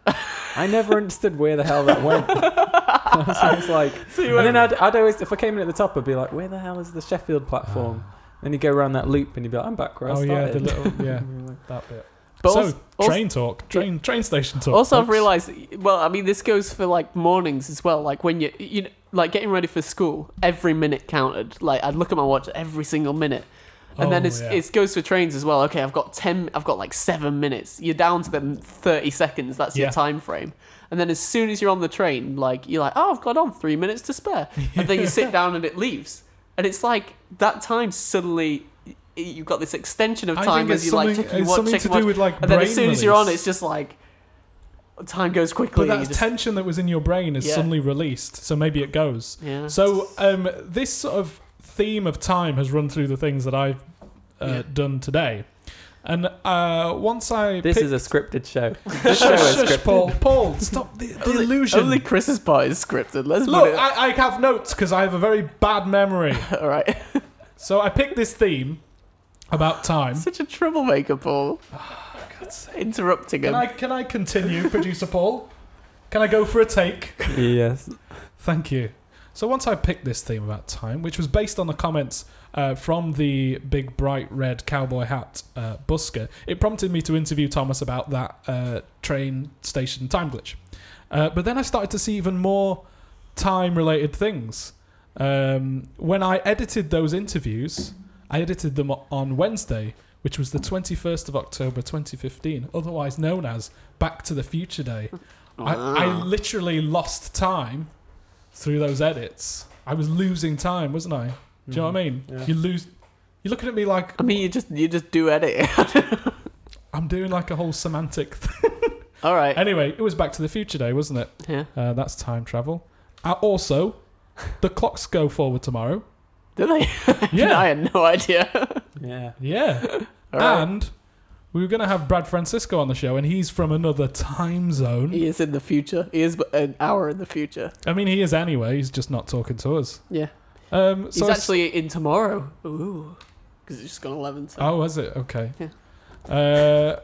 Speaker 2: I never understood where the hell that went. so I was like,
Speaker 3: So you
Speaker 2: and then
Speaker 3: went-
Speaker 2: I'd, I'd always, if I came in at the top, I'd be like, where the hell is the Sheffield platform? Then you go around that loop and you'd be like, I'm back where I
Speaker 1: Ah. Oh yeah, the
Speaker 2: started.
Speaker 1: little yeah that bit.
Speaker 3: But
Speaker 1: so
Speaker 3: also- also-
Speaker 1: train talk, train train station talk.
Speaker 3: Also, I've
Speaker 1: folks.
Speaker 3: realised. Well, I mean, this goes for like mornings as well. Like when you, you know, like getting ready for school, every minute counted. Like I'd look at my watch every single minute, and then
Speaker 1: Oh,
Speaker 3: it's
Speaker 1: yeah.
Speaker 3: it goes for trains as well. Okay, I've got ten. I've got like seven minutes. You're down to them thirty seconds. That's
Speaker 1: Yeah.
Speaker 3: your time frame. And then as soon as you're on the train, like you're like, oh, I've got on three minutes to spare, and then you sit down and it leaves, and it's like that time suddenly. y- You've got this extension of
Speaker 1: I
Speaker 3: time
Speaker 1: think
Speaker 3: as
Speaker 1: it's
Speaker 3: you like
Speaker 1: something-
Speaker 3: checking
Speaker 1: it's
Speaker 3: watch,
Speaker 1: something
Speaker 3: checking
Speaker 1: to do with,
Speaker 3: watch,
Speaker 1: like,
Speaker 3: and then as
Speaker 1: brain
Speaker 3: soon as you're on,
Speaker 1: release.
Speaker 3: it's just like time goes quickly.
Speaker 1: But
Speaker 3: and
Speaker 1: that
Speaker 3: you just-
Speaker 1: tension that was in your brain is
Speaker 3: Yeah.
Speaker 1: suddenly released, so maybe it goes.
Speaker 3: Yeah.
Speaker 1: So um, this sort of theme of time has run through the things that I've uh,
Speaker 3: Yeah.
Speaker 1: done today, and uh, once I
Speaker 2: This
Speaker 1: pick-
Speaker 2: is a scripted show.
Speaker 1: Shush,
Speaker 2: show is
Speaker 1: shush,
Speaker 2: scripted.
Speaker 1: Paul, Paul, stop the, the
Speaker 3: Only-
Speaker 1: illusion.
Speaker 3: Only Chris's part is scripted. Let's put
Speaker 1: Look,
Speaker 3: it.
Speaker 1: I, I have notes because I have a very bad memory.
Speaker 3: All right,
Speaker 1: so I picked this theme about time.
Speaker 3: such a troublemaker, Paul. Interrupting
Speaker 1: Can
Speaker 3: him.
Speaker 1: I can I continue, producer Paul? Can I go for a take?
Speaker 2: yes.
Speaker 1: Thank you. So once I picked this theme about time, which was based on the comments uh, from the big bright red cowboy hat uh, busker, it prompted me to interview Thomas about that uh, train station time glitch. Uh, but then I started to see even more time-related things. Um, when I edited those interviews, I edited them on Wednesday, which was the 21st of October 2015, otherwise known as Back to the Future Day. I, I literally lost time through those edits. I was losing time, wasn't I? Do you know what I mean?
Speaker 2: Yeah.
Speaker 1: You lose. You're looking at me like
Speaker 3: I mean, you just you just do edit.
Speaker 1: I'm doing like a whole semantic thing.
Speaker 3: All right.
Speaker 1: Anyway, it was Back to the Future Day, wasn't it?
Speaker 3: Yeah.
Speaker 1: Uh, that's time travel. Uh, also, the clocks go forward tomorrow.
Speaker 3: Did they? I
Speaker 1: Yeah.
Speaker 3: had no idea.
Speaker 2: Yeah.
Speaker 1: Yeah.
Speaker 3: All right.
Speaker 1: And we were going to have Brad Francisco on the show, and he's from another time zone.
Speaker 3: He is in the future. He is but an hour in the future.
Speaker 1: I mean, he is anyway. He's just not talking to us.
Speaker 3: Yeah.
Speaker 1: Um,
Speaker 3: He's
Speaker 1: so I s-
Speaker 3: actually in tomorrow. Ooh. Because it's just gone 11. So.
Speaker 1: Oh, was it? Okay.
Speaker 3: Yeah.
Speaker 1: Uh,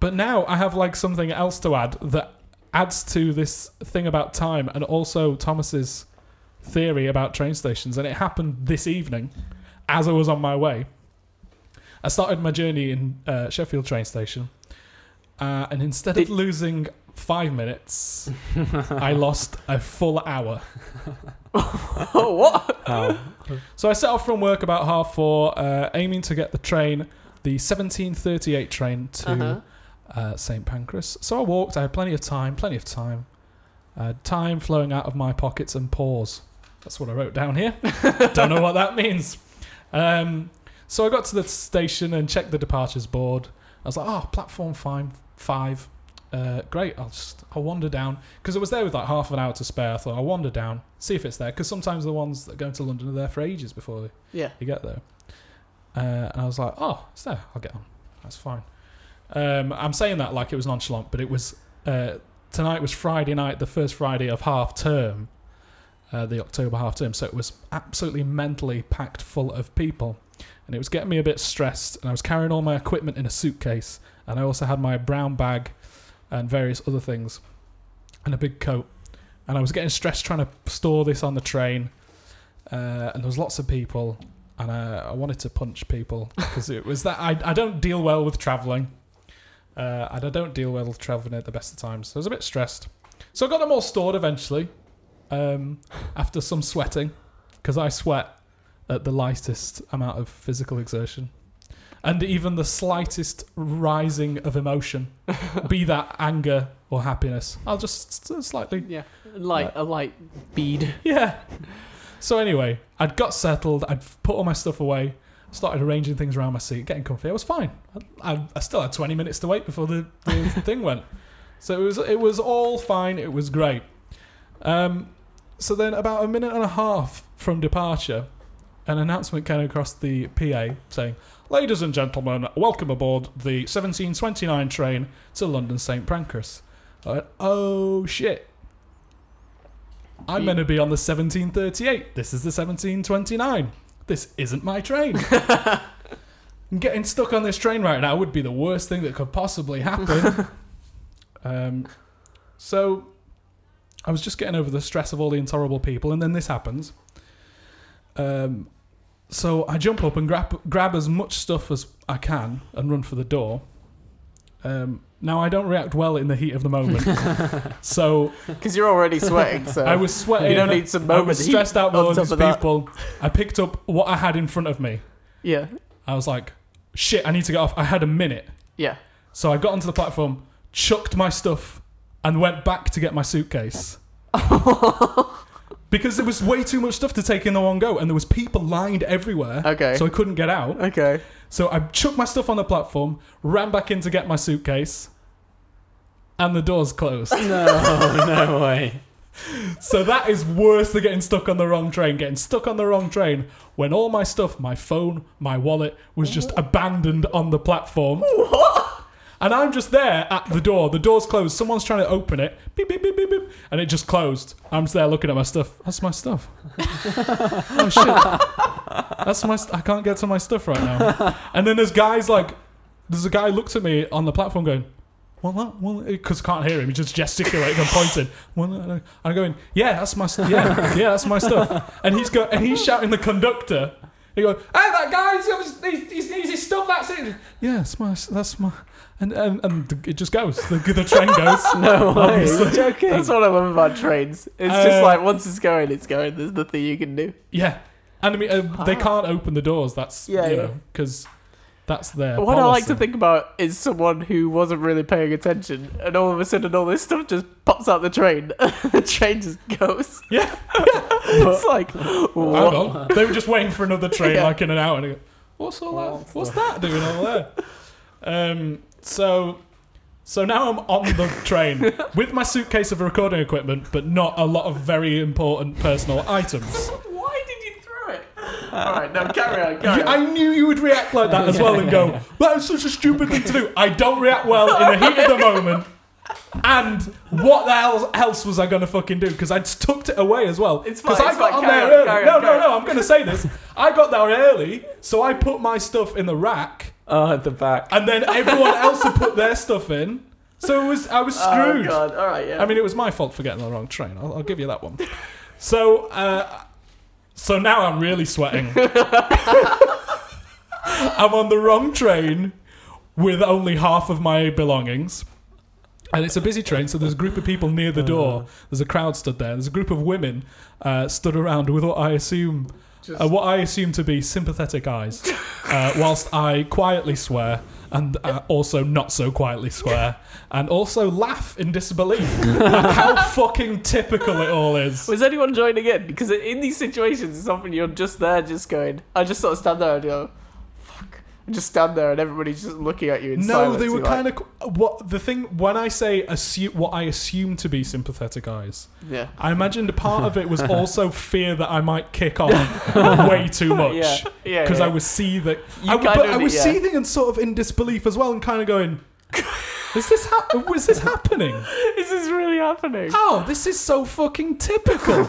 Speaker 1: but now I have like something else to add that adds to this thing about time and also Thomas's theory about train stations. And it happened this evening as I was on my way. I started my journey in uh, Sheffield train station. Uh, and instead
Speaker 3: Did-
Speaker 1: of losing five minutes, I lost a full hour.
Speaker 3: Oh, what?
Speaker 1: So I set off from work about half four, uh, aiming to get the train, the 1738 train to
Speaker 3: Uh-huh.
Speaker 1: uh, St Pancras. So I walked. I had plenty of time, plenty of time, uh, time flowing out of my pockets and paws. That's what I wrote down here. Don't know what that means. Um, so I got to the station and checked the departures board. I was like, oh, platform five, five. Uh, great. I'll just I'll wander down because it was there with like half an hour to spare. I thought I'll wander down, see if it's there. Because sometimes the ones that go to London are there for ages before
Speaker 3: Yeah.
Speaker 1: you get there. Uh, and I was like, oh, it's there. I'll get on. That's fine. Um, I'm saying that like it was nonchalant, but it was uh, tonight was Friday night, the first Friday of half term, uh, the October half term. So it was absolutely mentally packed full of people. And it was getting me a bit stressed. And I was carrying all my equipment in a suitcase. And I also had my brown bag and various other things and a big coat. And I was getting stressed trying to store this on the train. Uh, and there was lots of people and I, I wanted to punch people because it was that I, I don't deal well with traveling, uh, and I don't deal well with traveling at the best of times. So I was a bit stressed, so I got them all stored eventually, um, after some sweating, because I sweat at the lightest amount of physical exertion, and even the slightest rising of emotion, be that anger or happiness. I'll just s- slightly
Speaker 3: Yeah. Light, a light bead.
Speaker 1: yeah. So anyway, I'd got settled. I'd put all my stuff away. Started arranging things around my seat, getting comfy. I was fine. I, I, I still had 20 minutes to wait before the, the thing went. So it was it was all fine. It was great. Um, so then, about a minute and a half from departure, an announcement came across the PA saying, "Ladies and gentlemen, welcome aboard the 1729 train to London St Pancras." I went, "Oh shit! I'm going to be on the 1738. This is the 1729. This isn't my train. Getting stuck on this train right now would be the worst thing that could possibly happen. um, so I was just getting over the stress of all the intolerable people, and then this happens. Um, so I jump up and grab grab as much stuff as I can and run for the door. Um, now I don't react well in the heat of the moment, so
Speaker 3: Because you're already sweating, so.
Speaker 1: I was sweating.
Speaker 3: Uh, You don't need some
Speaker 1: I
Speaker 3: moment
Speaker 1: was
Speaker 3: heat
Speaker 1: stressed out by
Speaker 3: on
Speaker 1: all
Speaker 3: top
Speaker 1: these
Speaker 3: of that.
Speaker 1: people. I picked up what I had in front of me.
Speaker 3: Yeah.
Speaker 1: I was like, shit, I need to get off. I had a minute.
Speaker 3: Yeah.
Speaker 1: So I got onto the platform, chucked my stuff, and went back to get my suitcase. because there was way too much stuff to take in the one go, and there was people lined everywhere.
Speaker 3: Okay.
Speaker 1: So I couldn't get out.
Speaker 3: Okay.
Speaker 1: So I chucked my stuff on the platform, ran back in to get my suitcase, and the doors closed.
Speaker 2: No, no way.
Speaker 1: So that is worse than getting stuck on the wrong train. Getting stuck on the wrong train when all my stuff, my phone, my wallet, was just abandoned on the platform. And I'm just there at the door. The door's closed. Someone's trying to open it. Beep, beep, beep, beep, beep. And it just closed. I'm just there looking at my stuff. That's my stuff. oh, shit. That's my... St- I can't get to my stuff right now. And then there's guys like... There's a guy looked at me on the platform going, well, that, well, because I can't hear him. He's just gesticulating and pointing. Well, that, that. I'm going, yeah, that's my, st- yeah, yeah, that's my stuff. And he's go, and he's shouting the conductor. He goes, hey, that guy, he's, he's, he's, he's his stuff. That's it. Yeah, that's my, that's my, and and, and it just goes. The, the train goes.
Speaker 3: No way.
Speaker 1: Obviously.
Speaker 3: That's what I love about trains. It's just
Speaker 1: Uh,
Speaker 3: like once it's going, it's going. There's nothing you can do.
Speaker 1: Yeah, and I mean uh, they can't open the doors. That's
Speaker 3: Ah. Yeah,
Speaker 1: you
Speaker 3: yeah.
Speaker 1: know because that's their.
Speaker 3: What I like
Speaker 1: Uh,
Speaker 3: to
Speaker 1: policy.
Speaker 3: think about is someone who wasn't really paying attention, and all of a sudden, all this stuff just pops out the train. the train just goes.
Speaker 1: Yeah.
Speaker 3: it's like,
Speaker 1: Hang
Speaker 3: what?
Speaker 1: on. They were just waiting for another train
Speaker 3: Yeah.
Speaker 1: like in an hour and they go, What's all that? What's that doing over there? Um so so now I'm on the train with my suitcase of recording equipment, but not a lot of very important personal items.
Speaker 3: Why did you throw it? all right, now carry on. Carry
Speaker 1: You-
Speaker 3: on.
Speaker 1: I knew you would react like that as well and go, That is such a stupid thing to do. I don't react well in the heat of the moment. And what the hell else was I gonna fucking do? Because I'd tucked it away as well.
Speaker 3: It's fine,
Speaker 1: Because I
Speaker 3: it's
Speaker 1: got
Speaker 3: fine.
Speaker 1: on there
Speaker 3: Carry on,
Speaker 1: early.
Speaker 3: carry on,
Speaker 1: no,
Speaker 3: carry
Speaker 1: no, no. I'm gonna say this. I got there early, so I put my stuff in the rack,
Speaker 2: Oh, at the back.
Speaker 1: and then everyone else had put their stuff in. So it was I was
Speaker 3: Oh
Speaker 1: screwed.
Speaker 3: god! All right, yeah.
Speaker 1: I mean, it was my fault for getting on the wrong train. I'll, I'll give you that one. So, uh, so now I'm really sweating. I'm on the wrong train with only half of my belongings. And it's a busy train, so there's a group of people near the door. There's a crowd stood there. There's a group of women uh, stood around with what I assume, uh, what I assume to be sympathetic eyes, uh, whilst I quietly swear and uh, also not so quietly swear and also laugh in disbelief at how fucking typical it all is.
Speaker 3: was anyone joining in? Because in these situations, it's often you're just there, just going. I just sort of stand there and go, "Fuck!" And just stand there, and everybody's just looking at you in
Speaker 1: No,
Speaker 3: silence.
Speaker 1: they were
Speaker 3: You're like,
Speaker 1: kind of what the thing when I say assume what I assume to be sympathetic eyes.
Speaker 3: Yeah.
Speaker 1: I imagined a part of it was also fear that I might kick on way too much.
Speaker 2: Yeah,
Speaker 3: yeah,
Speaker 1: Because
Speaker 3: yeah.
Speaker 1: I was seething.
Speaker 3: You
Speaker 1: I, w-
Speaker 3: kind
Speaker 1: but
Speaker 3: of-
Speaker 1: I was
Speaker 3: yeah.
Speaker 1: seething and sort of in disbelief as well, and kind of going, "Is this hap was this happening?
Speaker 3: This is really happening.
Speaker 1: Oh, this is so fucking typical.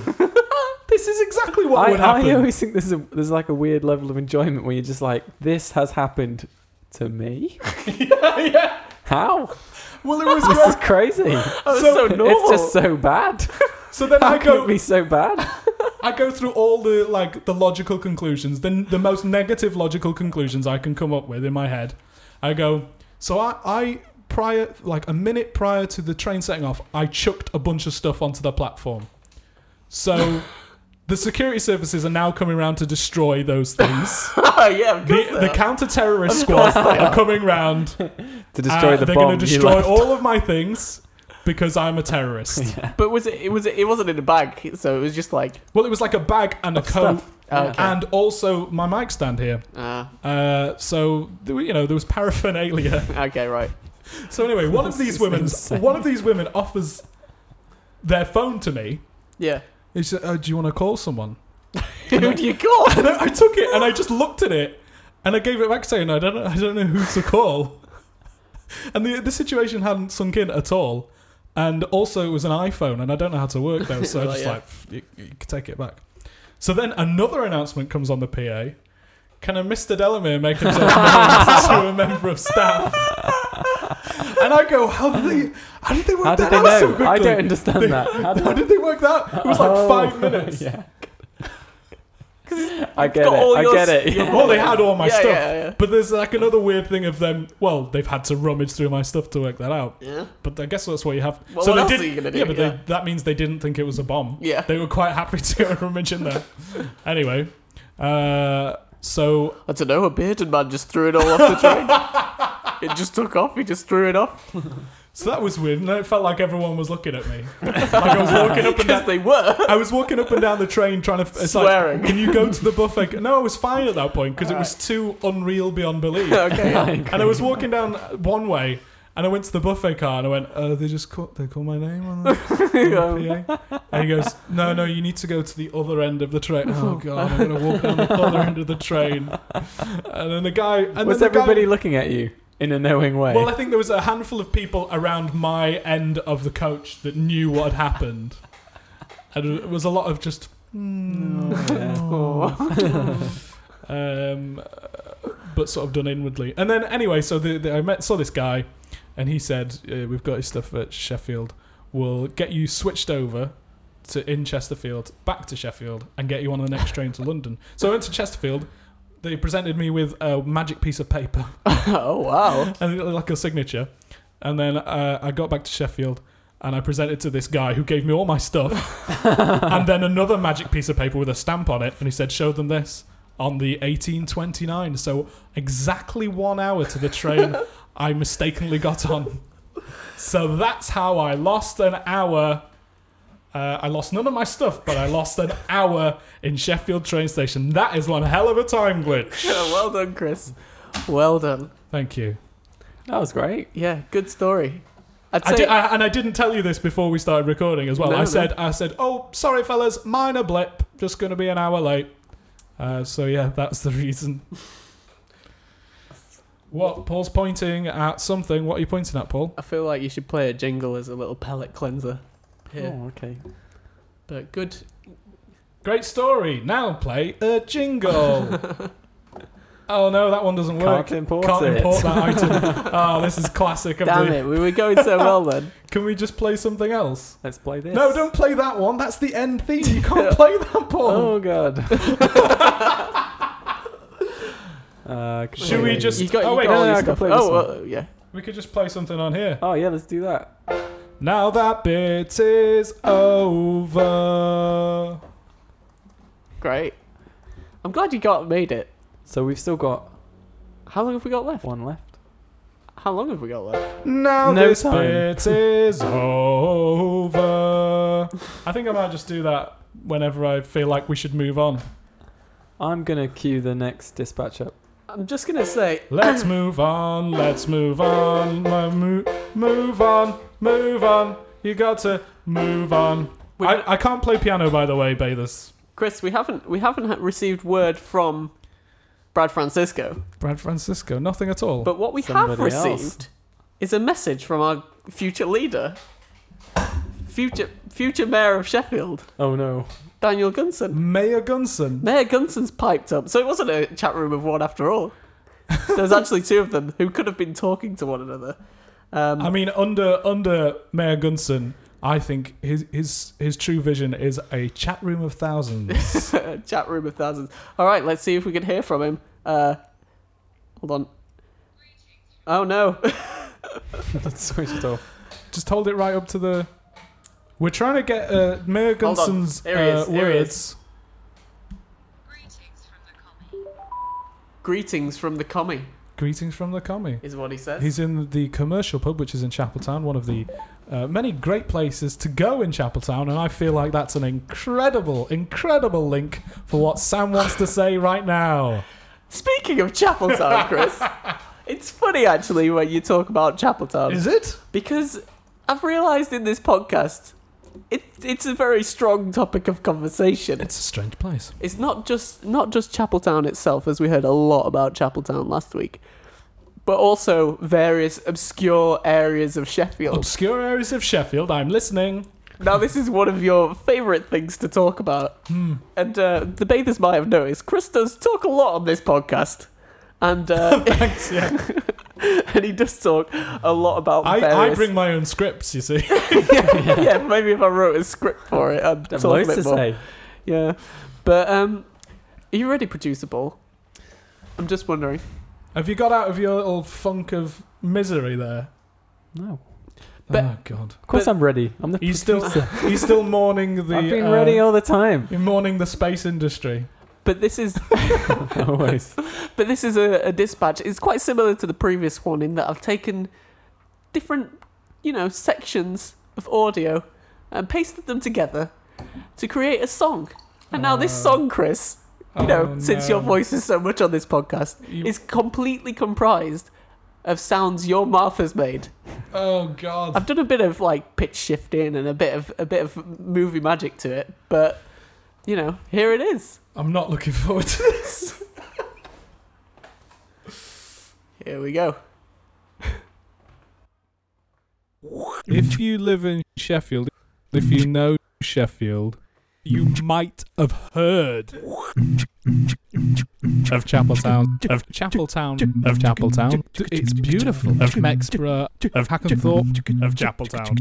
Speaker 1: this is exactly what
Speaker 2: I,
Speaker 1: would happen."
Speaker 2: I always think there's a, there's like a weird level of enjoyment where you're just like, this has happened to me.
Speaker 1: yeah.
Speaker 2: How?
Speaker 1: Well, it was
Speaker 2: This is
Speaker 1: great.
Speaker 2: crazy.
Speaker 3: That was
Speaker 1: so-
Speaker 3: so,
Speaker 1: it's
Speaker 3: normal.
Speaker 2: It's just so bad.
Speaker 1: So then
Speaker 2: How
Speaker 1: I
Speaker 2: can
Speaker 1: go.
Speaker 2: it be so bad?
Speaker 1: I go through all the like the logical conclusions, the the most negative logical conclusions I can come up with in my head. I go, so I, I prior like a minute prior to the train setting off, I chucked a bunch of stuff onto the platform. So the security services are now coming around to destroy those things.
Speaker 3: Oh, yeah, of course
Speaker 1: the the counter terrorist squad are coming round.
Speaker 2: to
Speaker 1: uh,
Speaker 2: destroy the
Speaker 1: they're
Speaker 2: bomb.
Speaker 1: going to
Speaker 2: you
Speaker 1: destroy
Speaker 2: left.
Speaker 1: all of my things because I'm a terrorist.
Speaker 3: But was it? It was. It wasn't in a bag, so it was just like. "Oh,
Speaker 1: Well, it was like a bag and a coat,
Speaker 2: stuff. Oh,
Speaker 3: Okay.
Speaker 1: and also my mic stand here.
Speaker 3: Ah,
Speaker 1: Uh, so there were- you know there was paraphernalia.
Speaker 3: okay, right.
Speaker 1: So anyway, one of
Speaker 2: This
Speaker 1: these
Speaker 2: is
Speaker 1: women,
Speaker 2: insane.
Speaker 1: one of these women offers their phone to me.
Speaker 3: Yeah.
Speaker 1: He said, oh, "Do you want to call someone?"
Speaker 3: Who do you call?
Speaker 1: And I, I took it and I just looked at it and I gave it back saying, "I don't, know, I don't know who to call." And the the situation hadn't sunk in at all. And also, it was an iPhone, and I don't know how to work those, so I
Speaker 2: Oh,
Speaker 3: Right,
Speaker 1: just
Speaker 3: yeah.
Speaker 1: like you, you can take it back. So then another announcement comes on the PA. Can a Mr. Delamere make himself known to a member of staff? And I go, how did they? How did they work
Speaker 2: How
Speaker 1: that
Speaker 2: did they
Speaker 1: out so
Speaker 2: know?
Speaker 1: quickly?
Speaker 2: I don't understand that. How
Speaker 1: How
Speaker 2: did-
Speaker 1: did they work that? It was like
Speaker 2: Oh,
Speaker 1: five minutes.
Speaker 2: Yeah. I get it.
Speaker 3: got all
Speaker 2: I
Speaker 3: your
Speaker 2: get
Speaker 3: s-
Speaker 2: it.
Speaker 3: your-
Speaker 1: Well, they had all my
Speaker 3: Yeah,
Speaker 1: stuff.
Speaker 3: yeah, yeah.
Speaker 1: But there's like another weird thing of them. Well, they've had to rummage through my stuff to work that out.
Speaker 3: Yeah.
Speaker 1: But I guess that's what you have.
Speaker 3: Well, what
Speaker 1: they
Speaker 3: else
Speaker 1: did-
Speaker 3: are you gonna do?
Speaker 1: Yeah, but
Speaker 3: Yeah.
Speaker 1: They, that means they didn't think it was a bomb.
Speaker 3: Yeah.
Speaker 1: They were quite happy to go and rummage in there. anyway, uh, so
Speaker 3: I don't know. A bearded man just threw it all off the train. it just took off. He just threw it off
Speaker 1: so that was weird, and then it felt like everyone was looking at me. like I was walking up and
Speaker 3: because
Speaker 1: down.
Speaker 3: they were.
Speaker 1: I was walking up and down the train trying to. It's
Speaker 3: Swearing.
Speaker 1: Like, Can you go to the buffet? No, I was fine at that point because it was too unreal beyond belief.
Speaker 3: okay. yeah.
Speaker 1: And I was walking down one way, and I went to the buffet car, and I went, uh, "They just call, they call my name on the on the PA." And he goes, "No, no, you need to go to the other end of the train." Oh god, I'm gonna walk down the other end of the train. And then the guy, and
Speaker 2: Was
Speaker 1: then the
Speaker 2: everybody
Speaker 1: Guy,
Speaker 2: looking at you in a knowing way?
Speaker 1: well, I think there was a handful of people around my end of the coach that knew what had happened, and it was a lot of just. "Hmm."
Speaker 2: Yeah.
Speaker 1: um, but sort of done inwardly. And then anyway, so the, the, I met saw this guy, and he said, uh, "We've got his stuff at Sheffield. We'll get you switched over to in Chesterfield, back to Sheffield, and get you on the next train to London." So I went to Chesterfield. They presented me with a magic piece of paper
Speaker 3: oh wow.
Speaker 1: and it looked like a signature. And then uh, I got back to Sheffield and I presented to this guy who gave me all my stuff and then another magic piece of paper with a stamp on it. And he said, Show them this on the 1829. So exactly one hour to the train I mistakenly got on. So that's how I lost an hour. Uh, I lost none of my stuff, but I lost an hour in Sheffield train station. That is one hell of a time glitch.
Speaker 3: well done, Chris. Well done.
Speaker 1: Thank you.
Speaker 2: That was great.
Speaker 3: Yeah, good story. I'd
Speaker 1: I
Speaker 3: say
Speaker 1: di- I, and I didn't tell you this before we started recording as well.
Speaker 3: No,
Speaker 1: I
Speaker 3: no.
Speaker 1: said, I said, oh, sorry, fellas, minor blip, just going to be an hour late. Uh, so yeah, that's the reason. What Paul's pointing at something. What are you pointing at, Paul?
Speaker 3: I feel like you should play a jingle as a little palate cleanser. Here.
Speaker 2: Oh, okay.
Speaker 3: But good.
Speaker 1: Great story. Now play a jingle. oh no, that one doesn't work.
Speaker 2: Can't import
Speaker 1: Can't
Speaker 2: it.
Speaker 1: import that item. oh, this is classic. Of
Speaker 3: Damn
Speaker 1: the-
Speaker 3: it, we were going so well then.
Speaker 1: Can we just play something else?
Speaker 2: Let's play this.
Speaker 1: No, don't play that one. That's the end theme. You can't play that, Paul.
Speaker 2: Oh god. uh, could
Speaker 1: Should
Speaker 2: play
Speaker 1: we
Speaker 2: the-
Speaker 1: just-
Speaker 3: You got,
Speaker 1: oh,
Speaker 3: you
Speaker 1: wait,
Speaker 3: got
Speaker 1: no,
Speaker 3: all
Speaker 2: no,
Speaker 3: your
Speaker 2: I can
Speaker 3: stuff.
Speaker 2: play this
Speaker 3: Oh,
Speaker 2: one.
Speaker 3: uh, yeah.
Speaker 1: We could just play something on here.
Speaker 2: Oh yeah, let's do that.
Speaker 1: Now that bit is over.
Speaker 3: Great. I'm glad you got made it.
Speaker 2: So we've still got
Speaker 3: How long have we got left?
Speaker 2: one left.
Speaker 3: How long have we got left?
Speaker 1: Now
Speaker 2: No
Speaker 1: this
Speaker 2: time.
Speaker 1: bit is over. I think I might just do that whenever I feel like we should move on.
Speaker 2: I'm gonna cue the next dispatch up.
Speaker 3: I'm just gonna say
Speaker 1: Let's move on. Let's move on. Move, move on. Move on. You got to move on.
Speaker 3: We-
Speaker 1: I, I can't play piano, by the way, Bathers.
Speaker 3: Chris, we haven't we haven't ha- received word from Brad Francisco,
Speaker 1: Brad Francisco, nothing at all.
Speaker 3: but what we have
Speaker 2: Somebody
Speaker 3: received
Speaker 2: else.
Speaker 3: is a message from our future leader, future future mayor of Sheffield,
Speaker 2: Oh no.
Speaker 3: Daniel Gunson.
Speaker 1: Mayor Gunson.
Speaker 3: Mayor Gunson's piped up, so it wasn't a chat room of one after all. There's actually two of them who could have been talking to one another. Um,
Speaker 1: I mean, under under Mayor Gunson, I think his his his true vision is a chat room of thousands.
Speaker 3: chat room of thousands. All right, let's see if we can hear from him. Uh, hold on. Oh no.
Speaker 2: Let's switch it off.
Speaker 1: Just hold it right up to the. We're trying to get uh, Mayor
Speaker 3: Hold on.
Speaker 1: Gunson's
Speaker 3: Here he
Speaker 1: uh,
Speaker 3: is, here he
Speaker 1: words.
Speaker 10: Greetings from the commie.
Speaker 3: Greetings from the commie
Speaker 1: Greetings from the commie.
Speaker 3: is what he says.
Speaker 1: He's in the commercial pub, which is in Chapeltown, one of the uh, many great places to go in Chapeltown, and I feel like that's an incredible, incredible link for what Sam wants to say right now.
Speaker 3: Speaking of Chapeltown, Chris, it's funny actually when you talk about Chapeltown
Speaker 1: Is it?
Speaker 3: because I've realised in this podcast, it, it's a very strong topic of conversation.
Speaker 1: It's a strange place.
Speaker 3: It's not just not just Chapeltown itself, as we heard a lot about Chapeltown last week, but also various obscure areas of Sheffield.
Speaker 1: Obscure areas of Sheffield. I'm listening.
Speaker 3: now, this is one of your favourite things to talk about,
Speaker 1: Hmm.
Speaker 3: and uh, the bathers might have noticed. Chris does talk a lot on this podcast, and uh,
Speaker 1: Thanks. Yeah.
Speaker 3: and he does talk a lot about.
Speaker 1: I, I
Speaker 3: various-
Speaker 1: bring my own scripts, you see.
Speaker 3: yeah, yeah, maybe if I wrote a script for it, I'd
Speaker 2: Don't have
Speaker 3: talk a
Speaker 2: loads
Speaker 3: bit
Speaker 2: to
Speaker 3: more.
Speaker 2: say.
Speaker 3: Yeah, but um, are you ready, producer Paul? I'm just wondering.
Speaker 1: Have you got out of your little funk of misery there?
Speaker 2: No.
Speaker 3: But-
Speaker 1: oh God,
Speaker 2: Of course
Speaker 3: But-
Speaker 2: I'm ready. I'm the
Speaker 1: he's still
Speaker 2: producer.
Speaker 1: he's still mourning the.
Speaker 2: I've been
Speaker 1: uh,
Speaker 2: ready all the time.
Speaker 1: you're mourning the space industry.
Speaker 3: But this is
Speaker 2: Always.
Speaker 3: But this is a, a dispatch. It's quite similar to the previous one in that I've taken different, you know, sections of audio and pasted them together to create a song. And now this
Speaker 1: Oh.
Speaker 3: song, Chris, you know,
Speaker 1: Oh,
Speaker 3: since
Speaker 1: no.
Speaker 3: your voice is so much on this podcast,
Speaker 1: You-
Speaker 3: is completely comprised of sounds your Martha's made.
Speaker 1: oh God,
Speaker 3: I've done a bit of like pitch shifting and a bit of a bit of movie magic to it, but you know, here it is.
Speaker 1: I'm not looking forward to this.
Speaker 3: Here we go.
Speaker 1: if you live in Sheffield, if you know Sheffield, you might have heard of Chapel Town, of Chapel Town, of Chapel Town. It's beautiful. Of Mexborough, of Hackenthorpe, of Chapel Town,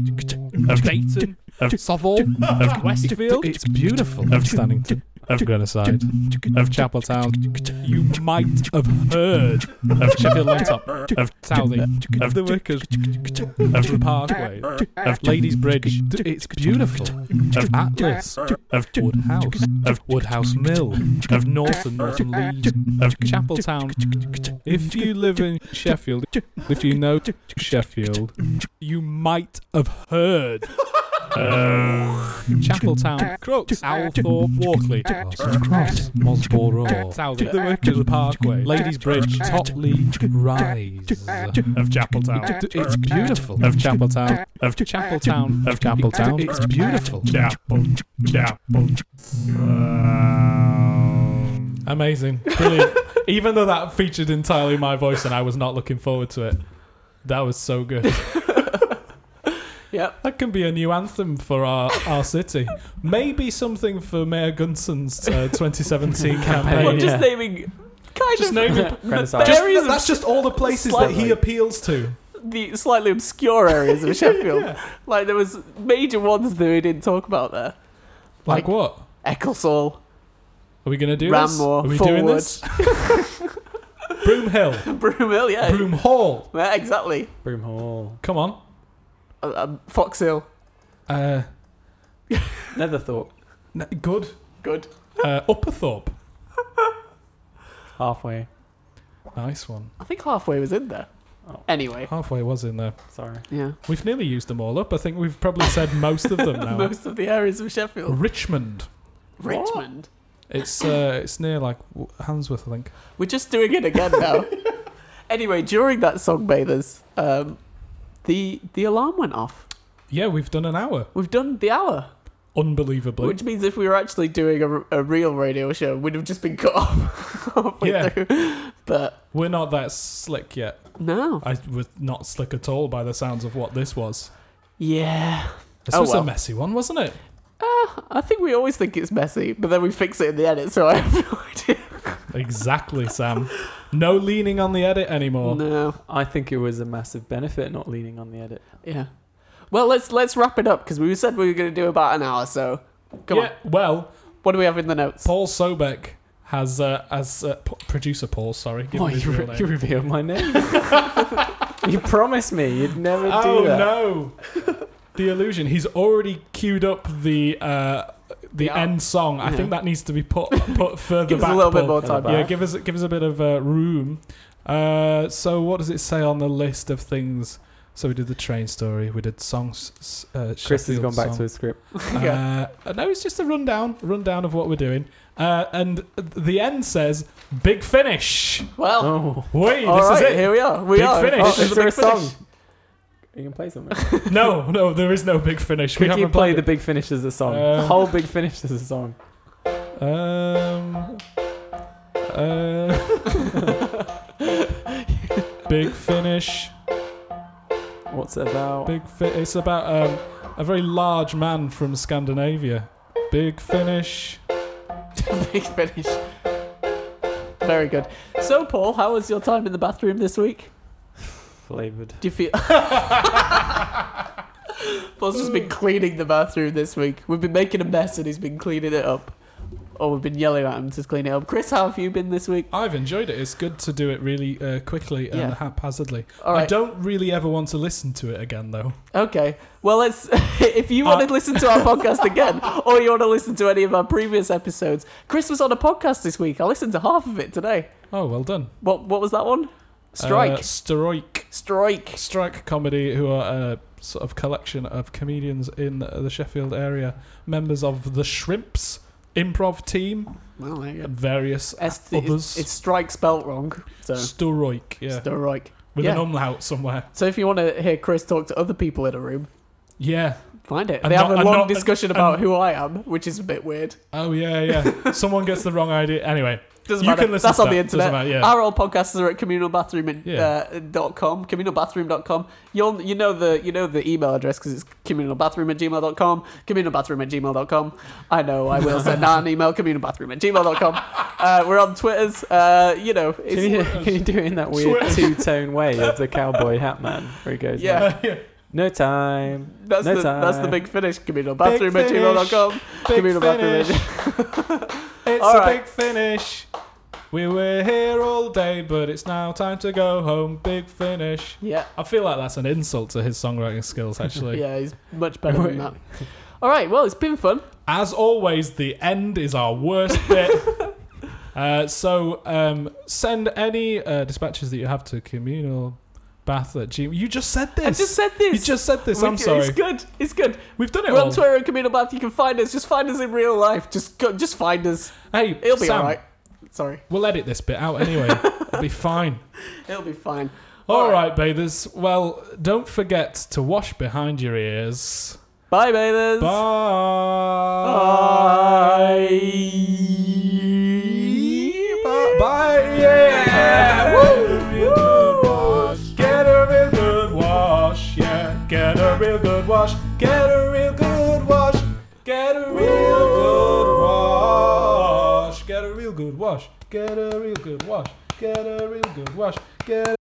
Speaker 1: of Dayton, of Southall, of Westfield. It's beautiful. Of Stannington, of Grenoside, of Chapel Town. You might have heard of Sheffield on Top, of Southie, of the Wickers, of the Parkway, of Ladies Bridge. It's beautiful. Of Atlas, of Woodhouse, of Woodhouse Mill, of Norton, Norton Leeds, of Chapel Town. If you live in Sheffield, if you know Sheffield, you might have heard. of Chapel Town, Crooks, Owlthorpe, Walkley, Cross, Mosborough, Road, Southie, the Workers Parkway, Ladies Bridge, Totley, Rise, of Chapel Town. It's beautiful, of Chapel Town, of Chapel Town, of Chapel Town. It's beautiful, Chapel, Chapel. Amazing, brilliant. Even though that featured entirely my voice and I was not looking forward to it, that was so good.
Speaker 3: Yep.
Speaker 1: That can be a new anthem for our, our city. Maybe something for Mayor Gunson's uh, 2017 campaign.
Speaker 2: Yeah.
Speaker 3: Well, just naming kind
Speaker 1: Just
Speaker 3: of
Speaker 1: name it.
Speaker 2: Renaissance.
Speaker 3: Just-
Speaker 1: Just-
Speaker 3: Areas of
Speaker 1: that's just all the places that he
Speaker 3: slightly-
Speaker 1: appeals to.
Speaker 3: the slightly obscure areas of Sheffield. Like there was major ones that we didn't talk about there.
Speaker 1: Like,
Speaker 3: Like-
Speaker 1: what?
Speaker 3: Ecclesall,
Speaker 1: Are we going to do this?
Speaker 3: Ranmore,
Speaker 1: Are we doing
Speaker 3: Forward.
Speaker 1: this? Broomhill.
Speaker 3: Broomhill, yeah.
Speaker 1: Broomhall.
Speaker 3: Yeah, exactly.
Speaker 2: Broom Hall.
Speaker 1: Come on.
Speaker 3: Uh, um, Fox Hill,
Speaker 1: Uh,
Speaker 2: Netherthorpe.
Speaker 1: n- good.
Speaker 3: good.
Speaker 1: Uh, Upperthorpe.
Speaker 2: Halfway.
Speaker 1: Nice one.
Speaker 3: I think halfway was in there.
Speaker 2: Oh.
Speaker 3: Anyway,
Speaker 1: Halfway was in there.
Speaker 2: Sorry.
Speaker 3: yeah.
Speaker 1: We've nearly used them all up. I think we've probably said most of them now.
Speaker 3: Most of the areas of Sheffield.
Speaker 1: Richmond.
Speaker 3: Richmond.
Speaker 1: It's uh, it's near like W- Handsworth, I think.
Speaker 3: We're just doing it again now. anyway, during that song bathers, um, the the alarm went off.
Speaker 1: Yeah, we've done an hour.
Speaker 3: We've done the hour,
Speaker 1: Unbelievably.
Speaker 3: which means if we were actually doing a, r- a real radio show, we'd have just been cut off halfway
Speaker 1: Yeah.
Speaker 3: through. But
Speaker 1: We're not that slick yet.
Speaker 3: no,
Speaker 1: I was not slick at all by the sounds of what this was.
Speaker 3: yeah,
Speaker 1: This
Speaker 3: Oh,
Speaker 1: was a
Speaker 3: well.
Speaker 1: messy one, wasn't it?
Speaker 3: I think we always think it's messy, but then we fix it in the edit, so I have no idea.
Speaker 1: Exactly, Sam. No leaning on the edit anymore.
Speaker 3: No,
Speaker 2: I think it was a massive benefit not leaning on the edit.
Speaker 3: yeah. Well, let's let's wrap it up because we said we were going to do about an hour. So, come on,
Speaker 1: Yeah, well,
Speaker 3: what do we have in the notes?
Speaker 1: Paul Sobek has, uh, as uh, p- producer Paul, sorry, give
Speaker 2: Why
Speaker 1: him his
Speaker 2: Oh, you,
Speaker 1: real
Speaker 2: re-
Speaker 1: name.
Speaker 2: you revealed my name? you promised me you'd never
Speaker 1: oh
Speaker 2: do that.
Speaker 1: no, the illusion. He's already queued up the uh, the
Speaker 3: Yeah.
Speaker 1: end song. I
Speaker 3: Yeah.
Speaker 1: think that needs to be put put further
Speaker 3: Give us
Speaker 1: back.
Speaker 3: a little bit
Speaker 1: Paul.
Speaker 3: more
Speaker 2: Come
Speaker 3: time.
Speaker 2: back.
Speaker 1: Yeah, give us give us a bit of uh, room. Uh, so what does it say on the list of things? So we did the train story. We did songs. s- Uh,
Speaker 2: Chris has
Speaker 1: Sheffield
Speaker 2: gone back
Speaker 1: song.
Speaker 2: to his script.
Speaker 1: Uh, no, it's just a rundown, rundown of what we're doing. Uh, and the end says, "Big finish."
Speaker 3: Well,
Speaker 2: Oh.
Speaker 1: Wait,
Speaker 3: all
Speaker 1: this
Speaker 3: right,
Speaker 1: is
Speaker 3: here we are. We
Speaker 1: Big
Speaker 3: are.
Speaker 1: finish.
Speaker 2: Oh,
Speaker 1: This is
Speaker 2: is
Speaker 1: a
Speaker 2: there a
Speaker 1: big
Speaker 2: song?
Speaker 1: finish.
Speaker 2: You can play something.
Speaker 1: it. No, no, there is no big finish. we
Speaker 2: Could you
Speaker 1: haven't
Speaker 2: play the
Speaker 1: planned
Speaker 2: big finish as a song?
Speaker 1: Uh,
Speaker 2: the whole big finish as a song.
Speaker 1: it. Um. Uh, big finish.
Speaker 2: What's it about?
Speaker 1: Big. Fi- it's about um, a very large man from Scandinavia. Big finish.
Speaker 3: Big finish. Very good. So, Paul, how was your time in the bathroom this week?
Speaker 2: Flavored.
Speaker 3: Do you feel? Paul's just been cleaning the bathroom this week. We've been making a mess, and he's been cleaning it up. Or we've been yelling at him to clean it up. Chris, how have you been this week?
Speaker 1: I've enjoyed it. It's good to do it really uh, quickly and
Speaker 3: Yeah.
Speaker 1: haphazardly.
Speaker 3: All
Speaker 1: I
Speaker 3: right.
Speaker 1: don't really ever want to listen to it again, though.
Speaker 3: Okay. Well, let's. if you want
Speaker 1: Uh,
Speaker 3: to listen to our podcast again, or you want to listen to any of our previous episodes, Chris was on a podcast this week. I listened to half of it today.
Speaker 1: Oh, well done.
Speaker 3: What What was that one? Strike.
Speaker 1: Uh, strike.
Speaker 3: Strike.
Speaker 1: Strike Comedy, who are a sort of collection of comedians in the Sheffield area, members of the Shrimps improv team,
Speaker 3: Well, there you go.
Speaker 1: and various
Speaker 3: S-
Speaker 1: others.
Speaker 3: it's, it's strike spelt wrong. So
Speaker 1: Strike, yeah.
Speaker 3: strike.
Speaker 1: With an
Speaker 3: yeah.
Speaker 1: umlaut somewhere.
Speaker 3: So if you want to hear Chris talk to other people in a room,
Speaker 1: Yeah.
Speaker 3: find it.
Speaker 1: And
Speaker 3: they
Speaker 1: not-
Speaker 3: have
Speaker 1: and
Speaker 3: a long
Speaker 1: not-
Speaker 3: discussion
Speaker 1: and-
Speaker 3: about
Speaker 1: and-
Speaker 3: who I am, which is a bit weird.
Speaker 1: Oh, yeah, yeah. Someone gets the wrong idea. Anyway,
Speaker 3: Doesn't
Speaker 1: You
Speaker 3: matter.
Speaker 1: can listen
Speaker 3: That's
Speaker 1: to
Speaker 3: on the
Speaker 1: that. Doesn't
Speaker 3: internet.
Speaker 1: matter, yeah.
Speaker 3: Our old podcasts are at communalbathroom.com.
Speaker 1: Yeah.
Speaker 3: Uh, dot com, communalbathroom.com. You'll you know the you know the email address because it's communalbathroom at gmail.com. Communalbathroom at gmail.com. I know I will send out an email. Communalbathroom at gmail.com. Uh, we're on Twitters. Uh, you know, it's,
Speaker 2: Can you, can you do it in that weird two tone way of the cowboy hat man where he goes, like,
Speaker 3: yeah.
Speaker 2: no time.
Speaker 3: That's
Speaker 2: no
Speaker 3: the
Speaker 2: time.
Speaker 3: that's the big finish. Communalbathroom at
Speaker 1: finish.
Speaker 3: gmail.com.
Speaker 1: Big
Speaker 3: Communal bathroom
Speaker 1: finish.
Speaker 3: at
Speaker 1: It's
Speaker 3: All
Speaker 1: a
Speaker 3: right.
Speaker 1: big finish. We were here all day, but it's now time to go home. Big finish.
Speaker 3: Yeah.
Speaker 1: I feel like that's an insult to his songwriting skills, actually.
Speaker 3: Yeah, he's much better than that. All right, well, it's been fun.
Speaker 1: As always, the end is our worst bit. Uh, so um, send any uh, dispatches that you have to communal bath at gmail. You just said this.
Speaker 3: I just said
Speaker 1: You
Speaker 3: this.
Speaker 1: just said this.
Speaker 3: We-
Speaker 1: I'm sorry.
Speaker 3: It's good. It's good.
Speaker 1: We've done it
Speaker 3: We're
Speaker 1: all.
Speaker 3: on Twitter and Camino Bath. You can find us. Just find us in real life. Just go, just find us.
Speaker 1: Hey,
Speaker 3: It'll be
Speaker 1: Sam,
Speaker 3: all right. Sorry,
Speaker 1: We'll edit this bit out anyway. It'll be fine.
Speaker 3: it'll be fine.
Speaker 1: All right. bathers. Well, don't forget to wash behind your ears.
Speaker 3: Bye, bathers.
Speaker 1: Bye.
Speaker 3: Bye.
Speaker 1: Bye. Bye. Yeah. Get a real good wash. Get a real good wash. Yeah. Get a real good wash. Get a real good wash. Get a real good wash. Get a real good wash. Get a real good wash. Get a real good wash. Get